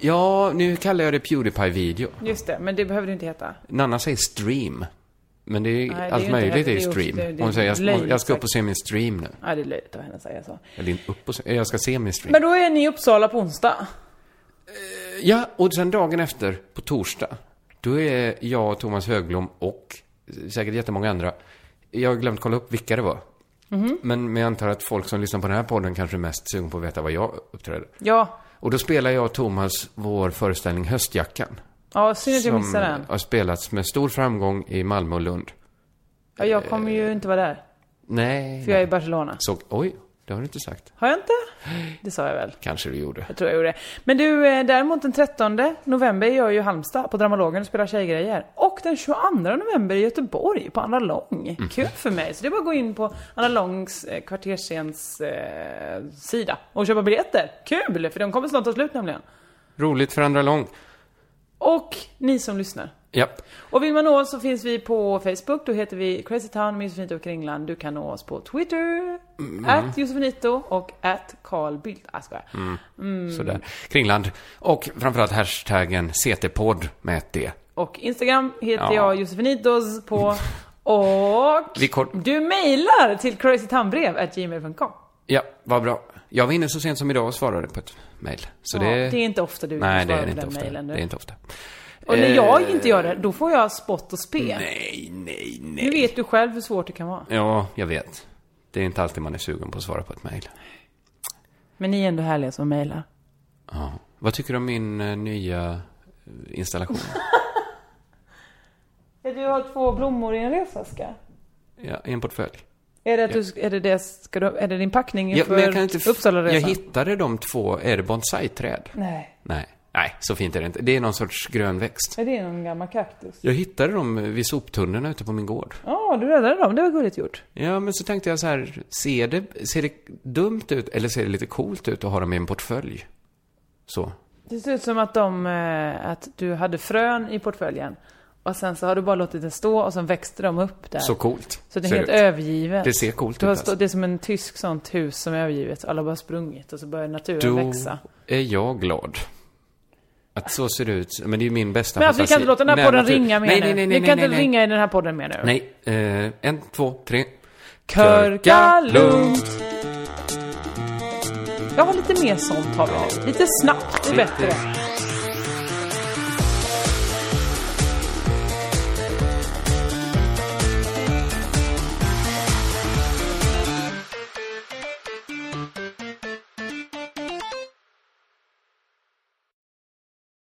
B: Ja, nu kallar jag det Pewdiepie-video.
C: Just det, men det behöver du inte heta.
B: Nanna säger stream. Men det är,
C: det är ju
B: allt
C: inte
B: möjligt
C: heller-
B: är ju
C: det är ju-
B: stream.
C: det är- det är
B: Hon säger, jag,
C: löjligt
B: jag ska upp
C: sagt."
B: och se min stream nu.
C: Ja, det är löjligt av henne att säga så.
B: Eller in- upp och se, jag ska se min stream.
C: Men då är ni i Uppsala på onsdag.
B: Ja, och sen dagen efter, på torsdag, då är jag och Thomas Högblom och säkert jättemånga andra. Jag har glömt kolla upp vilka det var.
C: Mhm.
B: Men, men jag antar att folk som lyssnar på den här podden kanske är mest sugen på att veta vad jag uppträder.
C: Ja,
B: Och då spelar jag och Thomas vår föreställning Höstjackan.
C: ja synd att jag
B: Som
C: missade den.
B: har spelats med stor framgång i Malmö och Lund.
C: Ja, jag kommer ju inte vara där,
B: Nej,
C: för jag är i
B: nej.
C: Barcelona.
B: Så, oj, det har du inte sagt.
C: Har jag inte? Det sa jag väl.
B: Kanske du gjorde.
C: Jag tror jag gjorde det. Men du, eh, däremot den 13 november är jag ju i Halmstad på Dramalogen och spelar tjejgrejer. Och den 22 november i Göteborg på Anna Lång. Kul för mig. Så det är bara att gå in på Anna Långs eh, kvartersscens eh, sida och köpa biljetter. Kul! För de kommer snart ta slut nämligen.
B: Roligt för andra lång.
C: Och ni som lyssnar.
B: Japp.
C: Och vill man nå oss så finns vi på Facebook, då heter vi Crazy Town med Josefinito och Kringland. Du kan nå oss på Twitter,
B: Mm.
C: at Josefinito och at Carl Bildt. Ah, skojar.
B: Mm.
C: Mm.
B: Sådär. Kringland. Och framförallt hashtaggen CT-podd med ett D.
C: Och Instagram heter
B: Ja.
C: jag Josefinitos på och
B: Vi kort-
C: du mejlar till crazytownbrev.gmail.com.
B: Ja, vad bra. Jag var inne så sent som idag och svarade på ett mejl. Så
C: Ja,
B: det...
C: det är inte ofta du
B: Nej, det
C: svarar
B: är
C: på
B: inte
C: den
B: ofta.
C: mejlen, du.
B: Det är inte ofta.
C: Och när jag inte gör det, då får jag spott och spe.
B: Nej, nej,
C: Nu
B: nej.
C: vet du själv hur svårt det kan vara.
B: Ja, jag vet. Det är inte alltid man är sugen på att svara på ett mejl.
C: Men ni är ändå härliga som mejlar.
B: Ja. Vad tycker du om min eh, nya eh, installation?
C: Är du har två blommor i en resväska?
B: ja, I en portfölj.
C: Är det, att du, är det, det, ska du, är det din packning
B: Ja,
C: inför
B: men jag kan inte... f- Jag
C: Uppsalaresan?
B: hittade de två. Är det bonsai-träd?
C: Nej,
B: Nej. Nej, så fint är det inte. Det är någon sorts grön växt.
C: är det är någon gammal kaktus.
B: Jag hittade dem vid soptunnorna ute på min gård.
C: Ja, du räddade dem. Det var gulligt gjort.
B: Ja, men så tänkte jag så här, ser det, ser det dumt ut eller ser det lite coolt ut att ha dem i en portfölj? Så.
C: Det ser ut som att, de, eh, att du hade frön i portföljen och sen så har du bara låtit den stå och sen växte de upp där.
B: Så coolt.
C: så det är
B: ser
C: helt
B: ut.
C: övergivet.
B: Det ser coolt
C: du
B: ut
C: har
B: alltså.
C: stå, Det är som en tysk sånt hus som är övergivet. Alla bara har sprungit och så börjar naturen
B: Då
C: växa.
B: är jag glad. Att så ser det ut. Men det är ju min bästa
C: Men alltså, vi kan
B: fantasi.
C: inte låta den här
B: Nej,
C: podden
B: natur-
C: ringa mer
B: nej,
C: nu.
B: nej, nej,
C: vi
B: nej,
C: kan
B: nej,
C: inte
B: nej.
C: ringa i den här podden mer nu.
B: Nej, eh, en, två, tre.
C: Körka lugnt. Jag har lite mer sånt har vi nu. Lite snabbt är bättre.